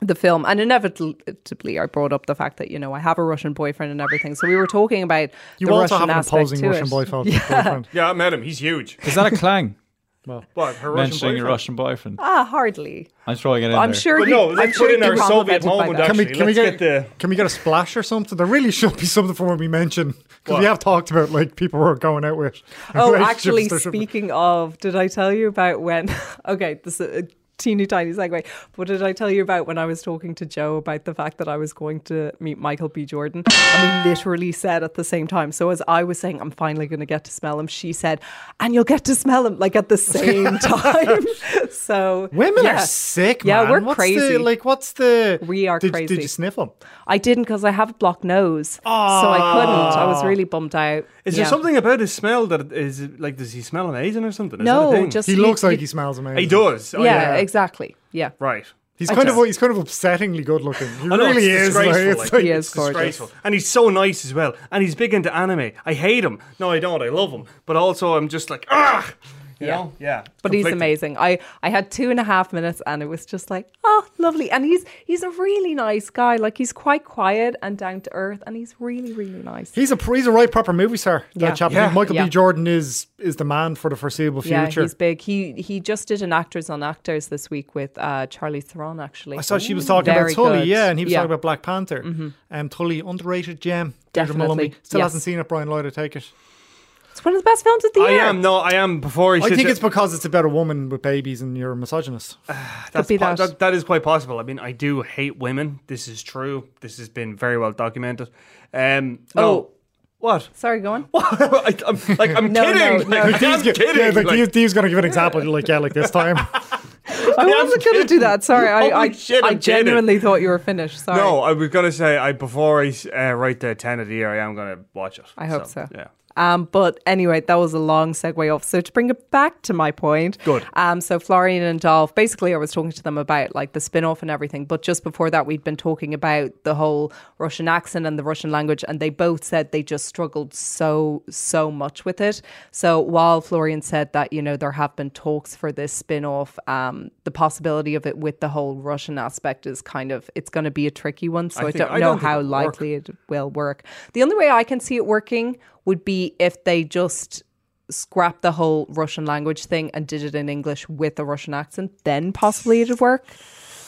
Speaker 4: the film, and inevitably I brought up the fact that, you know, I have a Russian boyfriend and everything. So we were talking about
Speaker 3: you
Speaker 4: the
Speaker 3: also have
Speaker 4: Russian
Speaker 3: an
Speaker 4: aspect
Speaker 3: imposing
Speaker 4: to
Speaker 3: Russian
Speaker 4: it.
Speaker 3: boyfriend. boyfriend.
Speaker 6: Yeah, I met him. He's huge.
Speaker 5: Is that a clang
Speaker 6: What? Her
Speaker 5: mentioning
Speaker 6: Russian
Speaker 5: a Russian boyfriend?
Speaker 4: Ah, hardly.
Speaker 5: I'm throwing it in
Speaker 4: I'm
Speaker 5: there.
Speaker 4: sure
Speaker 6: But
Speaker 4: you,
Speaker 6: no,
Speaker 4: I'm
Speaker 6: let's
Speaker 4: sure
Speaker 6: put in
Speaker 4: you'd be
Speaker 6: our Soviet
Speaker 4: complimented by
Speaker 6: moment.
Speaker 4: that.
Speaker 3: Can we,
Speaker 6: Actually,
Speaker 3: can we
Speaker 6: let's
Speaker 3: get,
Speaker 6: get
Speaker 3: can we get a splash or something? There really should be something for when we mention because
Speaker 6: What?
Speaker 3: we have talked about like people we're going out with.
Speaker 4: Oh,
Speaker 3: Relationships,
Speaker 4: actually,
Speaker 3: there should be-
Speaker 4: speaking of, did I tell you about when? Okay, this is a teeny tiny segue. What did I tell you about when I was talking to Joe about the fact that I was going to meet Michael B. Jordan? And we literally said at the same time. So as I was saying, I'm finally going to get to smell him, she said, and you'll get to smell him like at the same time. so
Speaker 3: Women
Speaker 4: yeah.
Speaker 3: are sick,
Speaker 4: Yeah,
Speaker 3: man.
Speaker 4: we're
Speaker 3: What's
Speaker 4: crazy.
Speaker 3: The, like, what's the?
Speaker 4: We are
Speaker 3: did, Did
Speaker 4: crazy.
Speaker 3: you sniff them?
Speaker 4: I didn't because I have a blocked nose, so
Speaker 3: Ah.
Speaker 4: I couldn't. I was really bummed out.
Speaker 6: Is
Speaker 4: Yeah.
Speaker 6: there something about his smell that is like? Does he smell amazing or something? Is that a
Speaker 4: No,
Speaker 6: thing?
Speaker 4: just
Speaker 3: He
Speaker 4: you-
Speaker 3: looks
Speaker 4: you-
Speaker 3: like he smells amazing.
Speaker 6: he does. Oh,
Speaker 4: yeah,
Speaker 6: yeah.
Speaker 4: exactly. Yeah.
Speaker 6: Right.
Speaker 3: He's
Speaker 4: I
Speaker 3: kind of
Speaker 4: just-
Speaker 3: he's kind of upsettingly good looking. He
Speaker 6: I know,
Speaker 3: really
Speaker 6: it's
Speaker 3: is. like,
Speaker 6: disgraceful,
Speaker 3: it's
Speaker 6: like-
Speaker 3: like-
Speaker 4: He is gorgeous.
Speaker 6: Disgraceful. And he's so nice as well. And he's big into anime. I hate him. No, I don't. I love him. But also, I'm just like, ah. You
Speaker 4: Yeah.
Speaker 6: know? Yeah.
Speaker 4: But he's
Speaker 6: Conflicted.
Speaker 4: amazing. I, I had two and a half minutes and it was just like, oh, lovely. And he's he's a really nice guy. Like he's quite quiet and down to earth and he's really, really nice.
Speaker 3: He's a pr- he's a right proper movie star. That
Speaker 4: Yeah.
Speaker 3: chap. I
Speaker 6: Yeah.
Speaker 3: think Michael
Speaker 4: Yeah.
Speaker 3: B. Jordan is is the man for the foreseeable
Speaker 4: yeah,
Speaker 3: future.
Speaker 4: he's big. He he just did an actors on actors this week with uh, Charlie Theron actually.
Speaker 3: I saw she was talking about
Speaker 4: Very
Speaker 3: Tully,
Speaker 4: good.
Speaker 3: yeah, and he was
Speaker 4: Yeah. Mm-hmm.
Speaker 3: talking about Black Panther. Um, Tully, underrated gem. Deirdre
Speaker 4: Definitely,
Speaker 3: Malumbi. Still
Speaker 4: yes.
Speaker 3: hasn't seen it. Brian Lloyd, I take it.
Speaker 4: It's one of the best films of the
Speaker 6: I
Speaker 4: year.
Speaker 6: am no, I am. Before he
Speaker 3: I
Speaker 6: sits
Speaker 3: think
Speaker 6: it-
Speaker 3: it's because it's about a woman with babies and you're a misogynist.
Speaker 6: that's
Speaker 4: be
Speaker 6: po-
Speaker 4: that.
Speaker 6: that is quite possible. I mean, I do hate women. This is true. This has been very well documented. Um, no.
Speaker 4: Oh.
Speaker 6: what?
Speaker 4: Sorry, go on.
Speaker 6: I, am like I'm
Speaker 4: No, no,
Speaker 6: kidding.
Speaker 4: no.
Speaker 6: Like, I'm kidding.
Speaker 3: Yeah, like,
Speaker 6: Like,
Speaker 3: Dee- Dee's going to give an example, like, yeah, like this time.
Speaker 4: I wasn't going to do that. Sorry, I, I,
Speaker 6: Holy shit,
Speaker 4: I
Speaker 6: I'm kidding.
Speaker 4: genuinely thought you were finished. Sorry.
Speaker 6: no, I was gonna say I before I s- uh, write the ten of the year, I am gonna watch it.
Speaker 4: I hope so.
Speaker 6: Yeah.
Speaker 4: Um, but anyway, that was a long segue off. So to bring it back to my point,
Speaker 6: Good.
Speaker 4: Um, so Florian and Dolph, basically, I was talking to them about like the spin-off and everything. But just before that, we'd been talking about the whole Russian accent and the Russian language, and they both said they just struggled so so much with it. So while Florian said that you know there have been talks for this spin-off, um, the possibility of it with the whole Russian aspect is kind of it's going to be a tricky one. So I,
Speaker 6: think-
Speaker 4: don't
Speaker 6: I
Speaker 4: know
Speaker 6: don't think
Speaker 4: how
Speaker 6: it'll work.
Speaker 4: likely it will work. The only way I can see it working would be if they just scrap the whole Russian language thing and did it in English with a Russian accent, then possibly it'd work.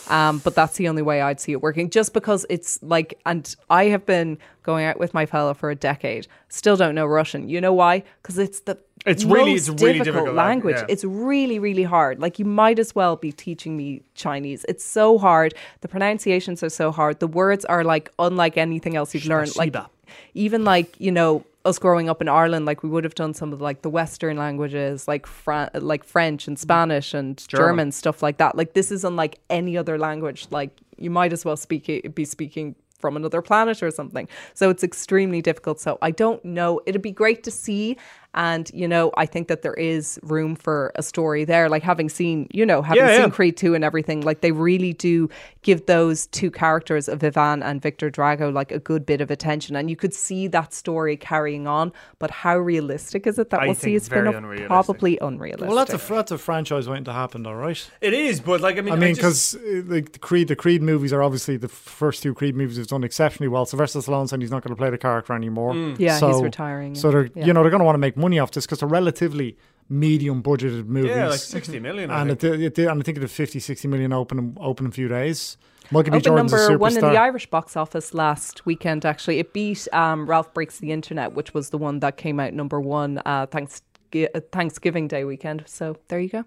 Speaker 4: Um, but that's the only way I'd see it working, just because it's like, and I have been going out with my fella for a decade, still don't know Russian. You know why? Because it's the
Speaker 6: It's really-
Speaker 4: most
Speaker 6: it's really
Speaker 4: difficult,
Speaker 6: difficult language,
Speaker 4: language.
Speaker 6: yeah.
Speaker 4: It's really, really hard. Like you might as well be teaching me Chinese. It's so hard. The pronunciations are so hard. The words are like unlike anything else you've learned. Like
Speaker 6: Shida.
Speaker 4: even like you know us growing up in Ireland, like we would have done some of like the Western languages, like Fran- like French and Spanish and German. stuff like that. Like this is unlike any other language. Like you might as well speak it, be speaking from another planet or something. So it's extremely difficult. So I don't know. It'd be great to see, and you know, I think that there is room for a story there. Like having seen, you know, having
Speaker 6: Yeah,
Speaker 4: seen
Speaker 6: yeah.
Speaker 4: Creed 2 and everything, like they really do give those two characters of Ivan and Victor Drago like a good bit of attention. And you could see that story carrying on, but how realistic is it that
Speaker 6: I
Speaker 4: we'll see
Speaker 6: think
Speaker 4: it's been
Speaker 6: very
Speaker 4: off?
Speaker 6: unrealistic.
Speaker 4: probably unrealistic.
Speaker 3: well, that's a, that's a franchise waiting to happen, though, right?
Speaker 6: It is, but like I mean,
Speaker 3: I mean,
Speaker 6: just-
Speaker 3: because like the Creed, the Creed movies are obviously the first two Creed movies have done exceptionally well. Sylvester Stallone said he's not going to play the character anymore.
Speaker 6: Mm.
Speaker 4: Yeah, he's retiring,
Speaker 3: So
Speaker 4: yeah.
Speaker 3: they're
Speaker 4: Yeah.
Speaker 3: you know they're going to want to make money off this because they're relatively medium budgeted movies.
Speaker 6: yeah, like sixty million. I
Speaker 3: and it,
Speaker 6: think.
Speaker 3: did- it did, and I think it did 50, 60 million open open in a few days. Michael B.
Speaker 4: Open
Speaker 3: Jordan's a
Speaker 4: number
Speaker 3: superstar.
Speaker 4: one in the Irish box office last weekend. Actually, it beat um, Ralph Breaks the Internet, which was the one that came out number one uh, thanks, uh, Thanksgiving Day weekend. So there you go.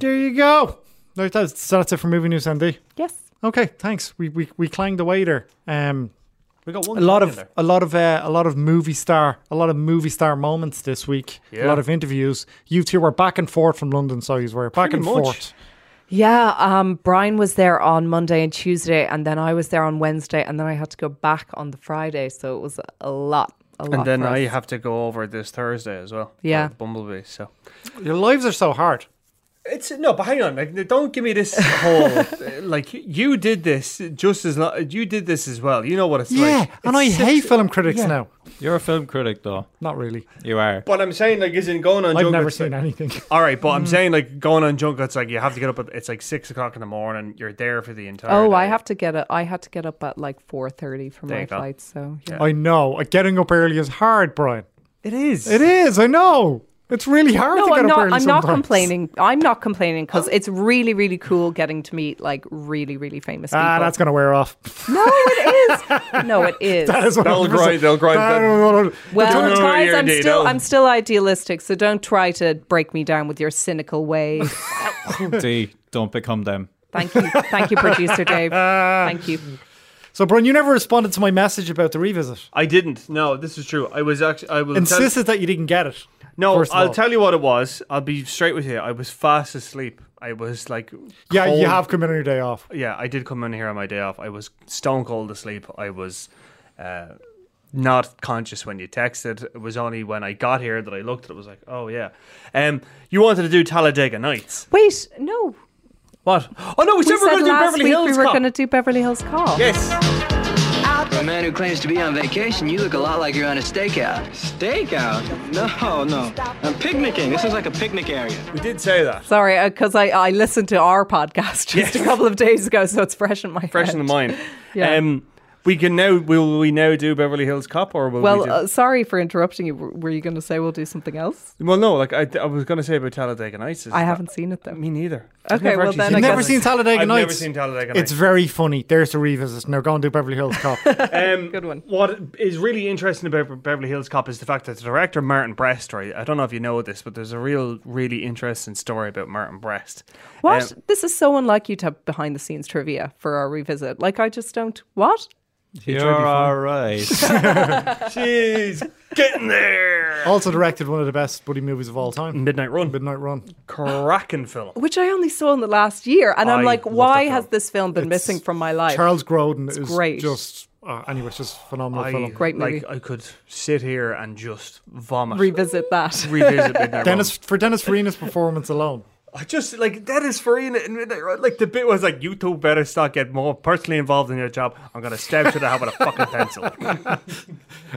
Speaker 3: There you go. Like that's, so that's it for movie news, Andy.
Speaker 4: Yes,
Speaker 3: Okay, thanks. We we we clanged away there. Um,
Speaker 6: we got
Speaker 3: a
Speaker 6: one.
Speaker 3: lot
Speaker 6: thing in
Speaker 3: of
Speaker 6: there.
Speaker 3: a lot of uh, a lot of movie star a lot of movie star moments this week. A
Speaker 6: Yeah.
Speaker 3: lot of interviews. You two were back and forth from London, so you were back
Speaker 6: Pretty
Speaker 3: and
Speaker 6: much.
Speaker 3: forth.
Speaker 4: Yeah, um, Brian was there on Monday and Tuesday, and then I was there on Wednesday, and then I had to go back on the Friday. So it was a lot, a lot.
Speaker 6: and then
Speaker 4: for us.
Speaker 6: I have to go over this Thursday as well. for
Speaker 4: Yeah.
Speaker 6: Bumblebee. So
Speaker 3: Your lives are so hard.
Speaker 6: It's no, but hang on. Like, don't give me this whole like you did this just as lo- you did this as well. You know what it's
Speaker 3: yeah,
Speaker 6: like.
Speaker 3: and
Speaker 6: It's
Speaker 3: I
Speaker 6: six-
Speaker 3: hate film critics
Speaker 6: yeah.
Speaker 3: now.
Speaker 5: You're a film critic, though.
Speaker 3: Not really.
Speaker 5: You are.
Speaker 6: But I'm saying like isn't going on.
Speaker 3: I've
Speaker 6: Junket,
Speaker 3: never
Speaker 6: it's
Speaker 3: seen Mm.
Speaker 6: like-
Speaker 3: anything.
Speaker 6: All right, but I'm saying like going on junk. It's like you have to get up. At, it's like six o'clock in the morning. You're there for the entire.
Speaker 4: oh,
Speaker 6: day.
Speaker 4: I have to get up. I had to get up at like four thirty for
Speaker 6: There
Speaker 4: my
Speaker 6: you go.
Speaker 4: flight. So yeah.
Speaker 3: I know. uh, Getting up early is hard, Brian.
Speaker 6: It is.
Speaker 3: It is. I know. It's really hard to
Speaker 4: No,
Speaker 3: get
Speaker 4: I'm
Speaker 3: up
Speaker 4: not.
Speaker 3: early
Speaker 4: I'm not
Speaker 3: sometimes.
Speaker 4: complaining. I'm not complaining because it's really, really cool getting to meet like really, really famous people.
Speaker 3: Ah, that's gonna wear off.
Speaker 4: no, it is. No, it is.
Speaker 3: That is
Speaker 6: They'll
Speaker 3: 100%.
Speaker 6: grind- they'll grind
Speaker 3: That-
Speaker 4: Well,
Speaker 6: Don't worry,
Speaker 4: guys, I'm
Speaker 6: Ernie,
Speaker 4: still,
Speaker 6: no.
Speaker 4: I'm still idealistic, so don't try to break me down with your cynical ways.
Speaker 5: D, don't become them.
Speaker 4: Thank you, thank you, producer Dave. Thank you.
Speaker 3: So, Brian, you never responded to my message about the revisit.
Speaker 6: I didn't. No, this is true. I was actually. I will. Tell,
Speaker 3: Insisted that you didn't get it.
Speaker 6: no,
Speaker 3: first of
Speaker 6: I'll
Speaker 3: all.
Speaker 6: tell you what it was. I'll be straight with you. I was fast asleep. I was like.
Speaker 3: Yeah, you
Speaker 6: cold.
Speaker 3: have come in on your day off.
Speaker 6: Yeah, I did come in here on my day off. I was stone cold asleep. I was uh, not conscious when you texted. It was only when I got here that I looked at it. was like, oh, yeah. Um, you wanted to do Talladega Nights.
Speaker 4: Wait, no.
Speaker 6: What? Oh, no, we,
Speaker 4: We
Speaker 6: said we were
Speaker 4: said
Speaker 6: going to do
Speaker 4: last
Speaker 6: Beverly
Speaker 4: week
Speaker 6: Hills
Speaker 4: we were
Speaker 6: Cop.
Speaker 4: going to do Beverly Hills Call.
Speaker 6: Yes.
Speaker 7: man who claims to be on vacation, you look a lot like you're on a stakeout.
Speaker 1: Stakeout? No, no. I'm picnicking. This is like a picnic area.
Speaker 6: We did say that.
Speaker 4: Sorry, because I, I listened to our podcast just a couple of days ago, so it's fresh in my
Speaker 6: Fresh
Speaker 4: head.
Speaker 6: in the mind.
Speaker 4: Yeah.
Speaker 6: Um, we can now. Will we now do Beverly Hills Cop or will we
Speaker 4: Well,
Speaker 6: do,
Speaker 4: uh, sorry for interrupting you. W- Were you going to say we'll do something else?
Speaker 6: well, no. Like I, I was going to say about Talladega Nights. is
Speaker 4: I
Speaker 6: that-
Speaker 4: haven't seen it though.
Speaker 6: Me neither.
Speaker 4: Okay, well then I
Speaker 3: I've never
Speaker 4: guess-
Speaker 3: seen Talladega
Speaker 6: I've
Speaker 3: Nights.
Speaker 6: never seen Talladega
Speaker 3: It's
Speaker 6: Nights.
Speaker 3: very funny. There's the revisit. Now go and do Beverly Hills Cop.
Speaker 6: Um,
Speaker 4: Good one.
Speaker 6: What is really interesting about Be- Beverly Hills Cop is the fact that the director Martin Brest. Right, I don't know if you know this, but there's a real, really interesting story about Martin Brest.
Speaker 4: What?
Speaker 6: Um,
Speaker 4: this is so unlike you to have behind the scenes trivia for our revisit. Like, I just don't. What?
Speaker 2: You're all right.
Speaker 6: Jeez, getting there.
Speaker 3: also directed one of the best buddy movies of all time,
Speaker 6: Midnight Run,
Speaker 3: Midnight Run.
Speaker 6: cracking film.
Speaker 4: Which I only saw in the last year. And I
Speaker 6: I
Speaker 4: am like,
Speaker 6: love
Speaker 4: why
Speaker 6: that
Speaker 4: has
Speaker 6: film.
Speaker 4: this film been missing from my life?
Speaker 3: Charles Grodin is
Speaker 4: great.
Speaker 3: just uh, anyway, it's just a phenomenal
Speaker 6: I,
Speaker 3: film.
Speaker 4: Great
Speaker 6: like,
Speaker 4: movie.
Speaker 6: I could sit here and just vomit.
Speaker 4: Revisit that.
Speaker 6: revisit Midnight
Speaker 3: Dennis for Dennis Farina's performance alone.
Speaker 6: Run. I just like Dennis Farina in Midnight Run. Like the bit was like, you two better start getting more personally involved in your job. I'm gonna stab you to the head with a fucking pencil.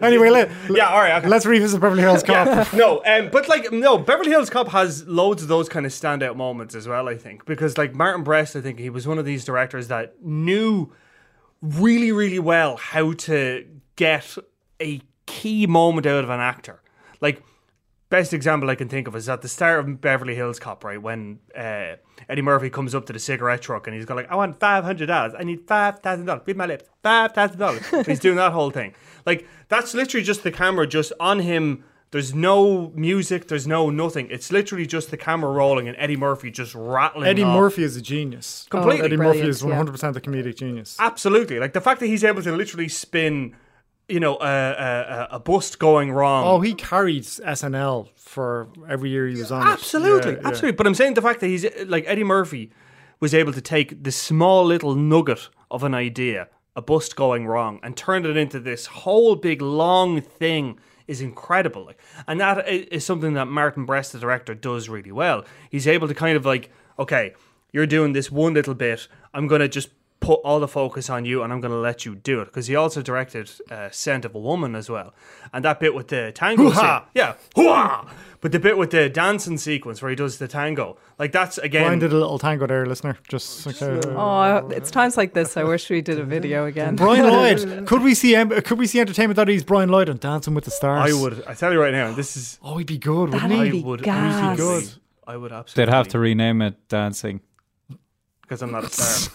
Speaker 3: Anyway, let,
Speaker 6: yeah, all right. Okay.
Speaker 3: let's revisit Beverly Hills Cop.
Speaker 6: no, um, but like no, Beverly Hills Cop has loads of those kind of standout moments as well. I think because like Martin Brest, I think he was one of these directors that knew really, really well how to get a key moment out of an actor. Like best example I can think of is at the start of Beverly Hills Cop, right when uh, Eddie Murphy comes up to the cigarette truck and he's going like, "I want five hundred dollars. I need five thousand dollars. Read my lips. Five thousand dollars." He's doing that whole thing. Like that's literally just the camera just on him. There's no music. There's no nothing. It's literally just the camera rolling and Eddie Murphy just rattling.
Speaker 3: Eddie
Speaker 6: off.
Speaker 3: Murphy is a genius.
Speaker 6: Completely
Speaker 3: Eddie Murphy
Speaker 4: Oh, brilliant,
Speaker 3: is
Speaker 4: yeah.
Speaker 3: 100% a comedic genius.
Speaker 6: Absolutely. Like the fact that he's able to literally spin, you know, a, a, a bust going wrong.
Speaker 3: Oh, he carried SNL for every year he was on. it.
Speaker 6: Absolutely,
Speaker 3: Yeah, yeah.
Speaker 6: absolutely. But I'm saying the fact that he's like Eddie Murphy was able to take this small little nugget of an idea, a bust going wrong, and turn it into this whole big long thing is incredible. Like, and that i- is something that Martin Brest, the director, does really well. He's able to kind of like, okay, you're doing this one little bit. I'm gonna just put all the focus on you, and I'm gonna let you do it. Because he also directed uh, *Scent of a Woman* as well, and that bit with the tango.
Speaker 3: Hoo-ha!
Speaker 6: scene- yeah, hoo-ha! But the bit with the dancing sequence where he does the tango, like that's
Speaker 3: Brian
Speaker 6: again.
Speaker 3: did a little tango there, listener. Just okay.
Speaker 4: Oh, it's times like this. I wish we did a video again.
Speaker 6: Oh.
Speaker 3: Brian Lloyd. Could we see? em- Could we see entertainment.e's Brian Lloyd on Dancing with the Stars?
Speaker 6: I would. I tell you right now, this is.
Speaker 3: Oh, he'd be good, wouldn't
Speaker 4: That'd
Speaker 3: he?
Speaker 6: I
Speaker 4: be
Speaker 6: would.
Speaker 4: gas.
Speaker 6: absolutely-
Speaker 3: Good.
Speaker 6: I would absolutely.
Speaker 5: They'd have to rename it dancing.
Speaker 6: because I'm not a star.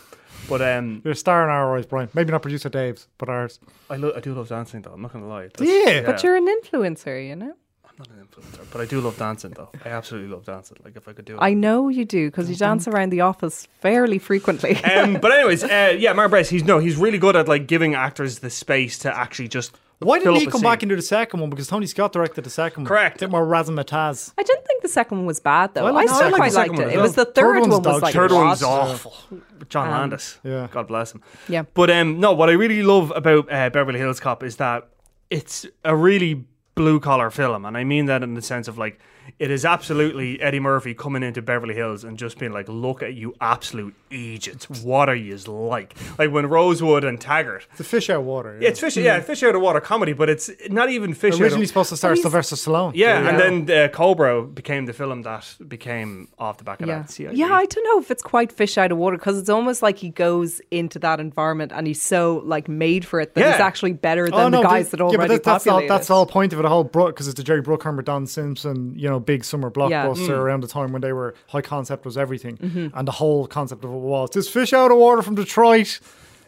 Speaker 6: But um,
Speaker 3: You're a star in our eyes, Brian. Maybe not producer Dave's, but ours.
Speaker 6: I, lo- I do love dancing though. I'm not gonna lie. That's-
Speaker 3: Yeah.
Speaker 4: But you're an influencer, you know?
Speaker 6: I'm not an influencer, but I do love dancing though. I absolutely love dancing. Like if I could do it.
Speaker 4: I know you do because you dance around the office fairly frequently.
Speaker 6: um, but anyways, uh, yeah, Mark Brest, he's no, he's really good at like giving actors the space to actually just.
Speaker 3: Why
Speaker 6: fill
Speaker 3: didn't he
Speaker 6: up a
Speaker 3: come
Speaker 6: scene.
Speaker 3: back and do the second one? Because Tony Scott directed the second one.
Speaker 6: Correct.
Speaker 3: A bit more razzmatazz.
Speaker 4: I didn't think the second one was bad though.
Speaker 3: I
Speaker 4: I
Speaker 3: like the
Speaker 4: still
Speaker 3: second
Speaker 4: quite
Speaker 3: one.
Speaker 4: liked
Speaker 6: Second
Speaker 4: it.
Speaker 6: one as
Speaker 4: It was the
Speaker 6: well.
Speaker 3: Third
Speaker 4: third
Speaker 3: one's
Speaker 4: one was
Speaker 3: dog
Speaker 4: like
Speaker 3: shit.
Speaker 6: Third
Speaker 4: what?
Speaker 6: one's awful. John Landis.
Speaker 3: yeah.
Speaker 6: God bless him.
Speaker 4: Yeah.
Speaker 6: But um, no, what I really love about uh, Beverly Hills Cop is that it's a really blue collar film, and I mean that in the sense of like it is absolutely Eddie Murphy coming into Beverly Hills and just being like, "Look at you, absolute idiots! What are you like?" Like when Rosewood and Taggart.
Speaker 3: It's a fish out of water.
Speaker 6: It's fish, yeah, fish out of water comedy, but it's not even fish out
Speaker 3: Originally
Speaker 6: of
Speaker 3: supposed to star
Speaker 4: he's-
Speaker 3: Sylvester Stallone.
Speaker 6: yeah,
Speaker 4: Yeah.
Speaker 6: and then uh, Cobra became the film that became off the back of
Speaker 4: Yeah.
Speaker 6: that. See, I-
Speaker 4: yeah, I don't know if it's quite fish out of water because it's almost like he goes into that environment and he's so like made for it that he's
Speaker 6: Yeah.
Speaker 4: actually better than the guys
Speaker 3: th-
Speaker 4: that
Speaker 3: yeah,
Speaker 4: already
Speaker 3: Oh, but that- that's, all,
Speaker 4: populate
Speaker 3: that's
Speaker 4: it.
Speaker 3: the whole point of it. The whole bro because it's the Jerry Bruckheimer, Don Simpson, you know, big summer blockbuster
Speaker 4: Yeah. Mm.
Speaker 3: around the time when they were high concept was everything,
Speaker 4: Mm-hmm.
Speaker 3: and the whole concept of it was this fish out of water from Detroit.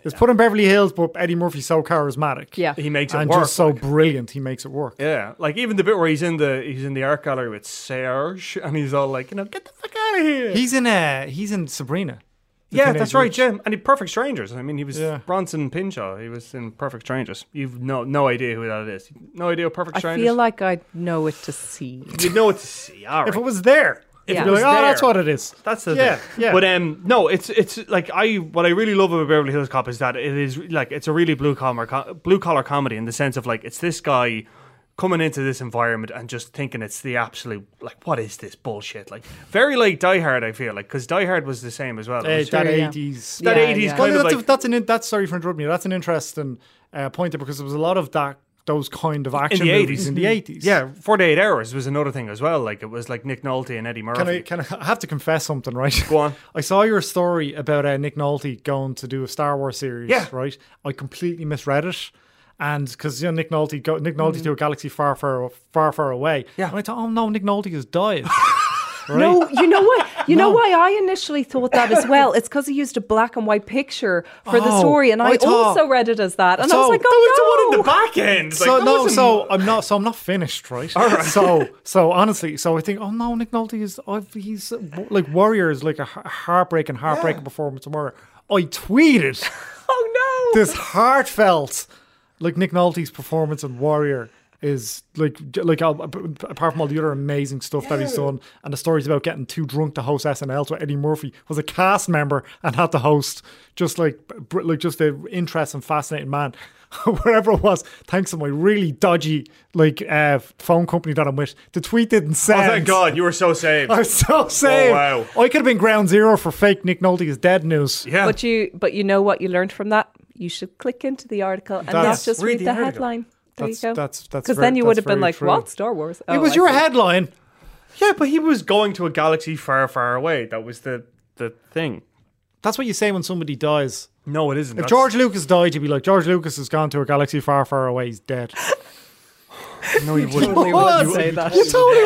Speaker 3: It's put in Beverly Hills, but Eddie Murphy's so charismatic,
Speaker 4: Yeah.
Speaker 6: he makes it
Speaker 3: and
Speaker 6: work.
Speaker 3: just so brilliant, he makes it work.
Speaker 6: Yeah, like even the bit where he's in the he's in the art gallery with Serge, and he's all like, you know, get the fuck out of here.
Speaker 3: He's in uh, he's in Sabrina. The
Speaker 6: yeah,
Speaker 3: Teenage
Speaker 6: that's right,
Speaker 3: Witch.
Speaker 6: Jim. And he Perfect Strangers. I mean, he was
Speaker 3: Yeah.
Speaker 6: Bronson Pinchot. He was in Perfect Strangers. You've no no idea who that is. No idea who Perfect
Speaker 4: I
Speaker 6: Strangers.
Speaker 4: feel like I know it to see.
Speaker 6: you know it's see. All
Speaker 3: If it
Speaker 6: right.
Speaker 3: was there,
Speaker 4: If
Speaker 3: you'd
Speaker 4: it
Speaker 3: be
Speaker 4: was
Speaker 3: like, oh,
Speaker 6: there."
Speaker 3: that's what it is.
Speaker 6: That's the
Speaker 3: Yeah,
Speaker 6: thing.
Speaker 3: yeah.
Speaker 6: But um, no, it's it's like I what I really love about Beverly Hills Cop is that it is like it's a really blue collar co- blue collar comedy in the sense of like it's this guy coming into this environment and just thinking it's the absolute like what is this bullshit like very like Die Hard I feel like because Die Hard was the same as well. It was-
Speaker 3: Eh, that
Speaker 4: Sure, yeah.
Speaker 3: 80s.
Speaker 6: that
Speaker 4: Yeah,
Speaker 6: 80s
Speaker 4: yeah.
Speaker 3: Well,
Speaker 6: kind of
Speaker 3: that's,
Speaker 6: like
Speaker 3: a, that's an in- that's sorry for interrupting you. That's an interesting uh, point there because there was a lot of that those kind of action
Speaker 6: the Mm-hmm.
Speaker 3: movies
Speaker 6: 80s.
Speaker 3: in the eighties.
Speaker 6: yeah 48 hours was another thing as well like it was like Nick Nolte and Eddie Murphy.
Speaker 3: Can I can I, I have to confess something, right?
Speaker 6: Go on.
Speaker 3: I saw your story about uh, Nick Nolte going to do a Star Wars series.
Speaker 6: Yeah.
Speaker 3: Right. I completely misread it. And because you know Nick Nolte, go, Nick Nolte to a galaxy far, far, far, far away.
Speaker 6: Mm-hmm. Yeah.
Speaker 3: And I thought, oh no, Nick Nolte has died. right?
Speaker 4: No, you know what? You know
Speaker 3: No.
Speaker 4: why I initially thought that as well. It's because he used a black and white picture for the
Speaker 3: Oh,
Speaker 4: story, and
Speaker 3: I
Speaker 4: I,
Speaker 3: thought-
Speaker 4: also read it as that, and I was
Speaker 3: So-
Speaker 4: like,
Speaker 3: that
Speaker 4: oh
Speaker 6: the
Speaker 4: no.
Speaker 6: back end.
Speaker 3: so no, so I'm not, so I'm not finished, right? All right. So, so honestly, so I think, oh no, Nick Nolte is, I've, he's uh, w- like Warrior is like a ha- heartbreaking, heartbreaking performance of Warrior. I tweeted
Speaker 4: oh no!
Speaker 3: this heartfelt, like Nick Nolte's performance in Warrior is like, j- like I'll- ap- apart from all the other amazing stuff that he's done, and the stories about getting too drunk to host SNL, so Eddie Murphy was a cast member and had to host, just like, br- like just an interesting, fascinating man. Wherever it was, thanks to my really dodgy like uh, phone company that I'm with, the tweet didn't
Speaker 6: oh
Speaker 3: send.
Speaker 6: thank God you were so saved.
Speaker 3: I'm so saved.
Speaker 6: wow.
Speaker 3: I could have been ground zero for fake Nick Nolte is dead news.
Speaker 6: yeah,
Speaker 4: But you, but you know what you learned from that? You should click into the article and
Speaker 3: That's-
Speaker 4: not just read
Speaker 6: read the
Speaker 4: the,
Speaker 6: article.
Speaker 4: headline. There
Speaker 3: That's-
Speaker 4: you go.
Speaker 3: that's- that's
Speaker 4: because
Speaker 3: very-
Speaker 4: then you
Speaker 3: that's
Speaker 4: would have been
Speaker 3: very
Speaker 4: like,
Speaker 3: true.
Speaker 4: "What Star Wars?"
Speaker 3: it
Speaker 4: Oh,
Speaker 3: was
Speaker 4: I
Speaker 3: your
Speaker 4: see.
Speaker 3: headline.
Speaker 6: yeah, but he was going to a galaxy far, far away. That was the the thing.
Speaker 3: That's what you say when somebody dies.
Speaker 6: No, it isn't.
Speaker 3: If
Speaker 6: That's-
Speaker 3: George Lucas died, you'd be like, George Lucas has gone to a galaxy far, far away. He's dead.
Speaker 6: no, you wouldn't.
Speaker 4: Totally
Speaker 3: What?
Speaker 4: wouldn't say that.
Speaker 3: You totally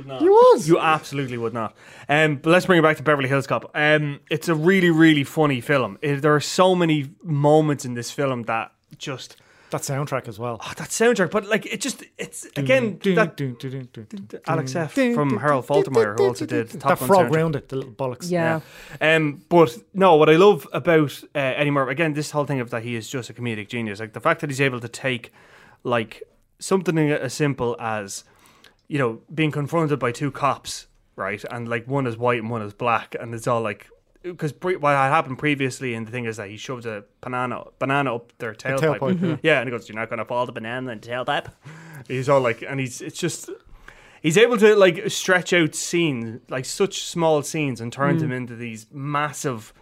Speaker 3: was. You was.
Speaker 6: You absolutely would not. Um, but let's bring it back to Beverly Hills Cop. Um, it's a really, really funny film. It, there are so many moments in this film that just
Speaker 3: that soundtrack as well.
Speaker 6: that soundtrack. But like, it just it's Ah, again that Alex F from Harold Faltermeyer who also did the
Speaker 3: that
Speaker 6: Top Gun
Speaker 3: frog
Speaker 6: soundtrack.
Speaker 3: round it, the little bollocks.
Speaker 4: Yeah.
Speaker 6: Um, but no, what I love about uh, Eddie Murphy again, this whole thing of that he is just a comedic genius. Like the fact that he's able to take like something as simple as you know being confronted by two cops, right, and like one is white and one is black, and it's all like because pre- what had happened previously, and the thing is that he shoves a banana banana up their tailpipe,
Speaker 3: tailpipe, Mhm.
Speaker 6: yeah, and he goes, "You're not gonna fall the banana and tailpipe." He's all like, and he's it's just he's able to like stretch out scenes like such small scenes and turn
Speaker 4: Mm.
Speaker 6: them into these massive